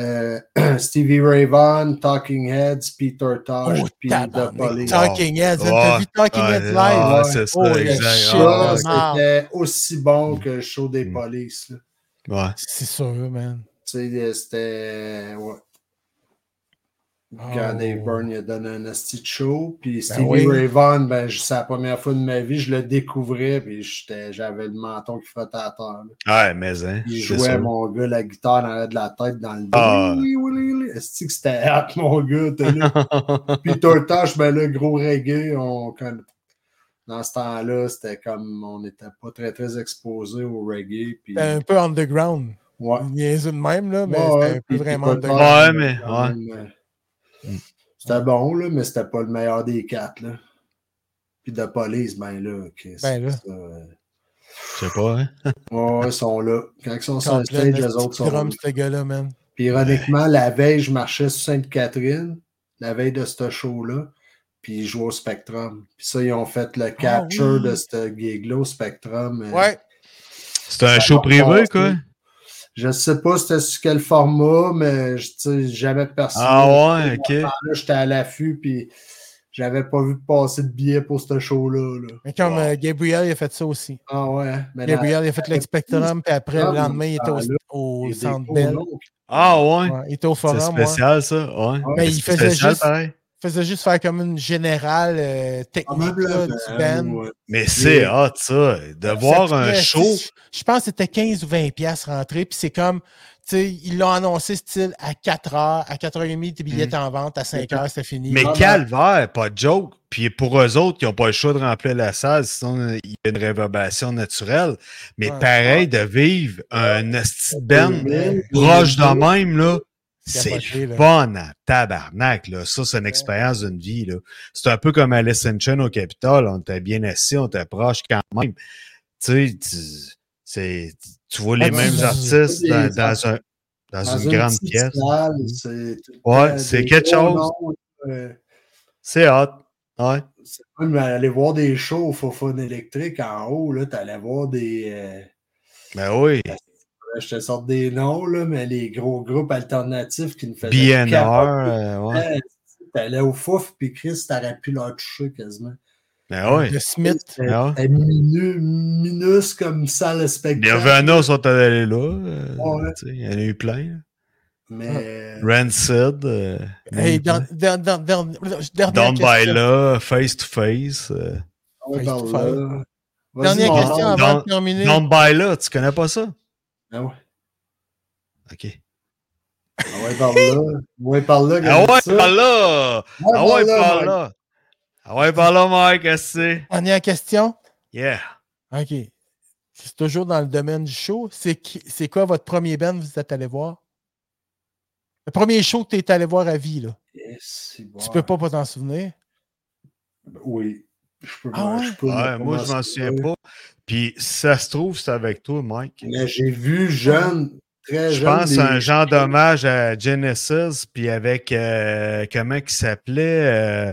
B: euh, *clears throat* Stevie Ray Vaughan, Talking Heads, Peter Tosh,
A: Oh,
B: puis The
A: tabarnak.
B: Police.
A: Talking Heads. hein, T'as
C: Ouais.
A: vu Talking
C: Ouais,
A: Heads
C: ouais,
A: live?
C: c'est ça,
A: Holy
C: exact.
A: shit,
C: Ah,
B: Ça,
A: là, man.
B: c'était aussi bon que le show des
C: Mm.
B: polices. là.
C: ouais. Ouais.
A: C'est sûr, man.
B: Tu sais, euh, c'était. Ouais. Quand
A: Oh.
B: Dave Byrne il a donné un asti de show.
C: Ben
B: Puis Stevie
A: oui.
B: Ray Vaughan, ben, je- c'est la première fois de ma vie, je le découvrais. Puis j'étais- j'avais le menton qui frottait à terre. là.
C: Ouais, mais hein,
B: Il
C: c'est
B: jouait,
C: *laughs* sûr.
B: mon gars, la guitare dans l'arrière de la tête dans le.
C: Ah.
B: Oui, oui, oui, oui. Esti que c'était hâte, mon gars. t'as
C: *laughs*
B: là. Puis Turtash, ben là, gros reggae, on conna- Dans ce temps-là, c'était comme on n'était pas très très exposé au reggae.
A: C'était
B: Puis,
A: Ben,
C: Ben,
A: un peu underground.
B: ouais.
A: Niaiseux de même, là, mais
B: Ouais,
A: c'était
B: ouais,
A: un peu
B: puis
A: vraiment
B: Peter
A: underground.
B: Tosh,
C: Ouais, mais-
B: quand
C: ouais.
B: même, euh, C'était bon, là, mais c'était pas le meilleur des quatre. Là. Puis de police, ben là, Chris.
A: Ben là.
B: ça, euh,
C: Je sais pas, hein.
B: ouais, ils sont là. Quand ils sont sur le
A: Quand plein
B: stage,
A: de
B: les autres sont là.
A: drums, ce gars-là, man.
B: Puis ironiquement, la veille, je marchais sur Sainte-Catherine, la veille de ce show-là, puis ils jouaient au Spectrum. Puis ça, ils ont fait le capture
A: Ah oui.
B: de ce gig-là au Spectrum. euh,
A: Ouais.
C: C'est un
B: Ça
C: show
B: va
C: privé,
B: passer.
C: quoi.
B: Je sais pas c'était sur quel format, mais je- tu sais, jamais personne.
C: Ah ouais, ok.
B: Là, j'étais à l'affût, puis j'avais pas vu passer de billets pour ce show-là. là.
A: Mais comme
C: Wow.
A: euh, Gabriel, il a fait ça aussi.
B: Ah ouais, hein? mais là,
A: Gabriel, il a fait l'Expectrum, puis après, le
B: Ah,
A: lendemain, il était au,
B: ah, là,
A: au
B: il y a des
A: Centre
B: gros
A: Bell.
B: noms.
C: Ah ouais.
A: Ouais, il était au
C: C'est
A: Forum, ouais.
C: spécial, ça. Ouais.
A: Mais il
C: C'est
A: faisait
C: spécial,
A: juste-
C: pareil.
A: Il faisait juste faire comme une générale euh, technique là,
B: Probablement, euh,
A: du Ben. band.
B: ben, ouais.
C: Mais c'est
B: Mais-
C: hot, ça. De
A: Ça
C: voir un
A: coûtait
C: show.
A: six- Je pense que c'était 15 ou 20 piastres rentrée, puis c'est comme sais, ils l'ont annoncé style à 4h, à 4h30, tes billets
B: Hmm.
A: étaient en vente, à 5h, c'était fini.
C: Mais
A: Ah, ben,
C: calvaire, pas de joke. Puis pour eux autres, ils n'ont pas le choix de remplir la salle, sinon euh, il y a une réverbération naturelle. Mais
A: Ouais.
C: pareil, de vivre un hostie de ben
B: Ouais.
C: proche de même, là, c'est
A: Capoté, là.
C: fun à tabarnak. Là. Ça, c'est une expérience d'une vie. là. C'est un peu comme à l'Ascension au Capitole. On était bien assis, on était proche quand même. Tu sais, tu, c'est- tu vois les
A: Ah,
C: mêmes
A: tu-
C: artistes
B: tu-
C: dans, dans un- dans
B: Dans
C: une grande
B: petite
C: pièce. Mm.
B: salle, c'est tout le
C: Ouais,
B: temps
C: c'est
B: des
C: quelque
B: gros
C: chose.
B: noms, euh,
C: C'est hot. Ouais.
B: C'est pas mais aller voir des shows au Fofone électrique en haut, là, t'allais voir des. euh,
C: Ben oui.
B: je te sors des noms, là, mais les gros groupes alternatifs qui ne faisaient
C: BNR.
B: capoter.
C: euh, ouais.
B: Ouais, T'allais au fouf, puis Chris, t'aurais pu leur toucher quasiment.
C: Ben oui.
A: Le Smith,
B: C'était
C: Ah ouais.
B: c'était minu, minus comme salle de
C: Les
B: spectacle.
C: Revenants sont allés là. euh,
B: Ouais.
C: tu sais, Il y en a eu plein.
A: Ah.
B: Mais.
C: Rancid. euh, il y en a eu
A: hey,
C: plein.
A: dans- dans- dans- dans- dernière
C: Down by
A: Ah, question.
C: là, face to face. euh,
B: on va
A: Face
B: par
A: to
B: là. Vas-y,
A: Dernière
B: mon
A: question
B: homme.
A: avant
C: Dans-
A: de terminer.
C: Down by là, tu connais pas ça?
B: Ah ouais.
C: Ok.
B: Ah ouais, par là. On va par là.
C: Ah ouais,
B: regarde ça.
C: par là! Ah ouais, par
B: Mike.
C: là! Ah ouais, par là, Mike, qu'est-ce que c'est?
A: Dernière question.
C: Yeah!
A: OK. C'est toujours dans le domaine du show. C'est qui- c'est quoi votre premier band que vous êtes allé voir? Le premier show que tu es allé voir à vie, là.
B: Yes, c'est Eh, bon.
A: Tu peux pas pas t'en souvenir.
B: Oui. Je peux
A: Ah ouais?
B: je peux
C: Ouais, moi, je m'en
B: commencer.
C: souviens pas. Puis, si ça se trouve, c'est avec toi, Mike.
B: Mais j'ai vu jeune, très
C: Je
B: jeune.
C: pense
B: des-
C: à un genre d'hommage à Genesis, puis avec euh, comment il s'appelait euh,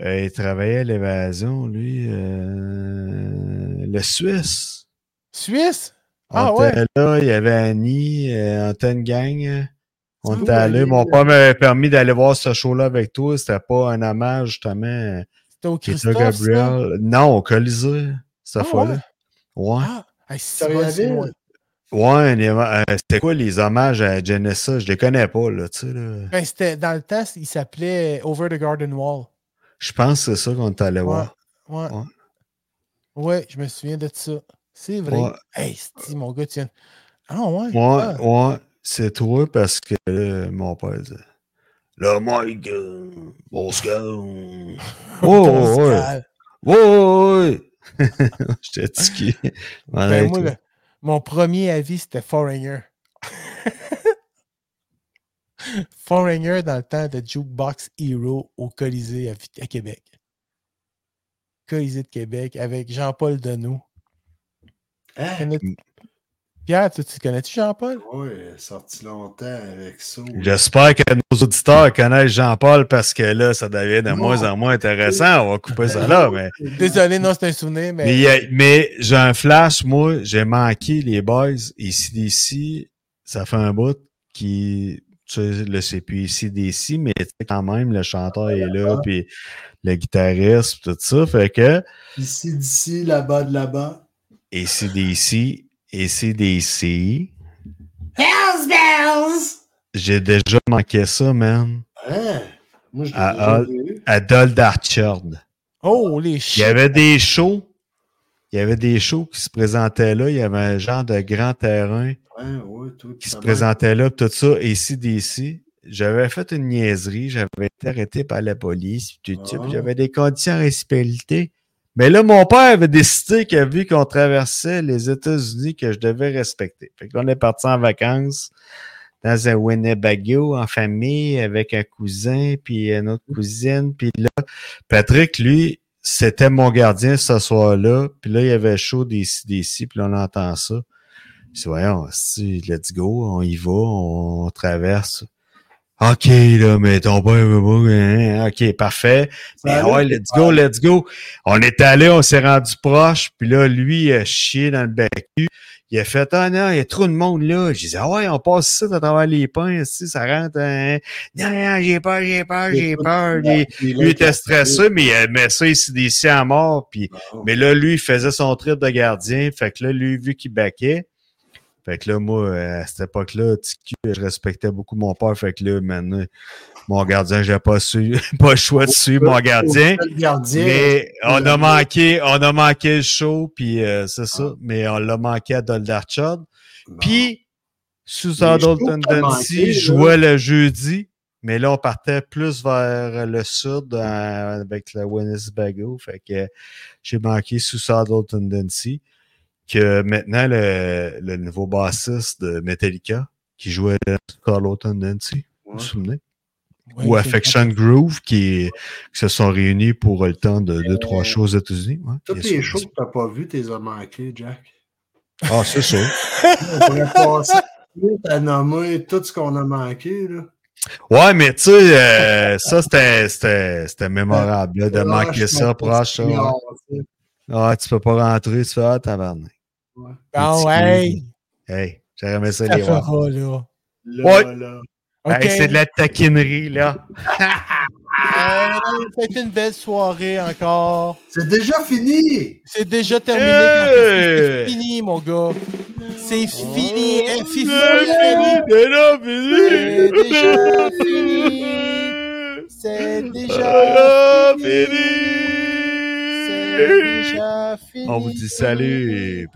C: euh, Il travaillait à l'évasion, lui. euh, le Suisse.
A: Suisse?
C: On
A: Ah ouais?
C: était là, il y avait Annie, euh, on était une gang. On
A: Ah
C: était
A: ouais,
C: allés.
B: Annie,
C: Mon
B: là.
C: père m'avait permis d'aller voir ce show-là avec toi. C'était pas un hommage, justement, euh,
A: C'était au
C: qui était
A: Christophe, ça?
C: Gabriel. Non, au Colisée, cette
A: Ah
C: fois-là. Ouais.
A: Ah! Hey, c'est
B: Victoriaville?
A: bon, c'est loin.
C: Ouais, les- euh, c'était quoi les hommages à Genesis? Je les connais pas, là, tu sais, là.
A: Ben, c'était- dans le test, il s'appelait Over the Garden Wall.
C: Je pense que c'est ça qu'on est allé voir.
A: Ouais.
C: Ouais.
A: Ouais, Ouais, je me souviens de ça. C'est vrai.
C: Ouais.
A: Hey, Steve, mon gars, tiens. Ah ouais?
C: Ouais,
A: Ah.
C: ouais, c'est toi parce que là, mon père disait Là, Mike, euh, bon scout. Ouais,
A: *laughs*
C: ouais, ouais.
A: Pascal.
C: Ouais, *laughs* ouais, ouais. J'étais tiqué.
A: Ben, moi, le- mon premier avis, c'était Foreigner. *laughs* Foreigner dans le temps de Jukebox Hero au Colisée à, Vi- à Québec. Colisée de Québec avec Jean-Paul Deneau.
B: Hein?
A: Connais- Pierre, toi, tu connais-tu Jean-Paul?
B: Ouais, sorti longtemps avec ça.
C: J'espère que nos auditeurs connaissent Jean-Paul parce que là, ça devient de
B: Non.
C: moins en moins intéressant. On va couper ça là, mais.
A: Désolé, non, c'est un souvenir, mais.
C: Mais, il y a- mais j'ai un flash, moi, j'ai manqué les boys. Et CDC, ça fait un bout qui. Tu sais, là, c'est plus CDC, mais tu sais, quand même, le chanteur est là, puis le guitariste, puis tout ça. Fait que
B: Ici, d'ici, là-bas, de là-bas.
C: et CDC, et CDC,
B: Hells Bells!
C: j'ai déjà manqué ça, man.
B: Hein? Moi, je l'ai
C: Ah,
B: jamais
C: ah.
B: vu.
C: À Dol d'Archard.
A: Oh, les
C: Il y
A: chiens!
C: avait des shows. Il y avait des shows qui se présentaient là. Il y avait un genre de grand terrain.
B: Ouais, Ah ouais, toi,
C: qui se
B: ta
C: présentait là, pis tout ça, et ici, d'ici, j'avais fait une niaiserie, j'avais été arrêté par la police, pis tout ça,
B: Ah.
C: pis j'avais des conditions à respecter. Mais là, mon père avait décidé que vu qu'on traversait les États-Unis, que je devais respecter. Fait qu'on est parti en vacances dans un Winnebago en famille avec un cousin, puis une autre cousine, puis là, Patrick, lui, c'était mon gardien ce soir-là, puis là, il y avait chaud des d'ici, puis là, on entend ça. Je dis, voyons, si, let's go, on y va, on traverse. OK, là, mais ton père veut pas, hein, OK, parfait.
B: Ça
C: Ben
B: allait,
C: ouais, let's go, let's go. On est allé, on s'est rendu proche, puis là, lui, il a chié dans le bacu. Il a fait, ah non, il y a trop de monde là. J'ai dit, ah ouais, on passe ça à travers les pins, si, ça rentre. hein. Non, non, j'ai peur, j'ai peur, j'ai peur. Lui,
B: Puis là,
C: lui était
B: quand-
C: stressé, mais il aimait ça ici, d'ici à mort, puis
B: Bon.
C: mais là, lui, il faisait son trip de gardien. Fait que là, lui, vu qu'il baquait, fait que là, moi, à cette époque-là, petit cul, je respectais beaucoup mon père. Fait que là, maintenant, mon gardien, j'ai pas su, *laughs* pas le choix de suivre mon gardien.
B: Le gardien.
C: Mais on a manqué, on a manqué le show, puis euh, c'est ça. Mais on l'a manqué à Doldarchard.
B: Bon.
C: Puis, Susan
B: Les shows
C: Dalton
B: t'as manqué,
C: Dancy
B: là.
C: jouait le jeudi, mais là, on partait plus vers le sud euh, avec le Winnebago. Fait que j'ai manqué Susan Dalton Dancy. Que maintenant, le, le nouveau bassiste de Metallica qui jouait Susan Dalton Dancy, vous vous souvenez?
A: Ouais,
C: Ou
A: c'est-
C: Affection Groove qui, qui se sont réunis pour le temps de deux, trois choses aux États-Unis. ouais.
B: Toutes
C: Ils
B: Euh, les
C: sont-
B: choses que t'as pas vues, t'es as manquées,
C: *laughs*
B: Jack.
C: Ah, c'est ça.
B: On pourrait passer vite à nommer tout ce qu'on a manqué, là.
C: Ouais, mais tu sais, euh, ça, c'était- c'était c'était mémorable là, de manquer ça, proche. ça, ouais. Ah, tu peux pas rentrer, tu fais Ah, tabarnak.
A: Ah
C: petits
A: ouais,
C: Hey, j'aurais aimé ça
A: ça
C: les voir.
A: fera là.
B: Là,
C: Ouais.
B: là.
A: Ok,
C: Hey, Ben, c'est de la taquinerie, là.
A: c'est une belle soirée encore.
B: C'est déjà fini!
A: C'est déjà terminé.
C: Hey! Oh,
A: C'est fini, mon gars. C'est fini. Eh,
C: C'est
A: fini, fini.
C: là,
A: C'est déjà fini.
C: fini.
A: C'est déjà
C: Ah,
A: C'est
C: fini.
A: déjà fini.
C: On vous dit salut.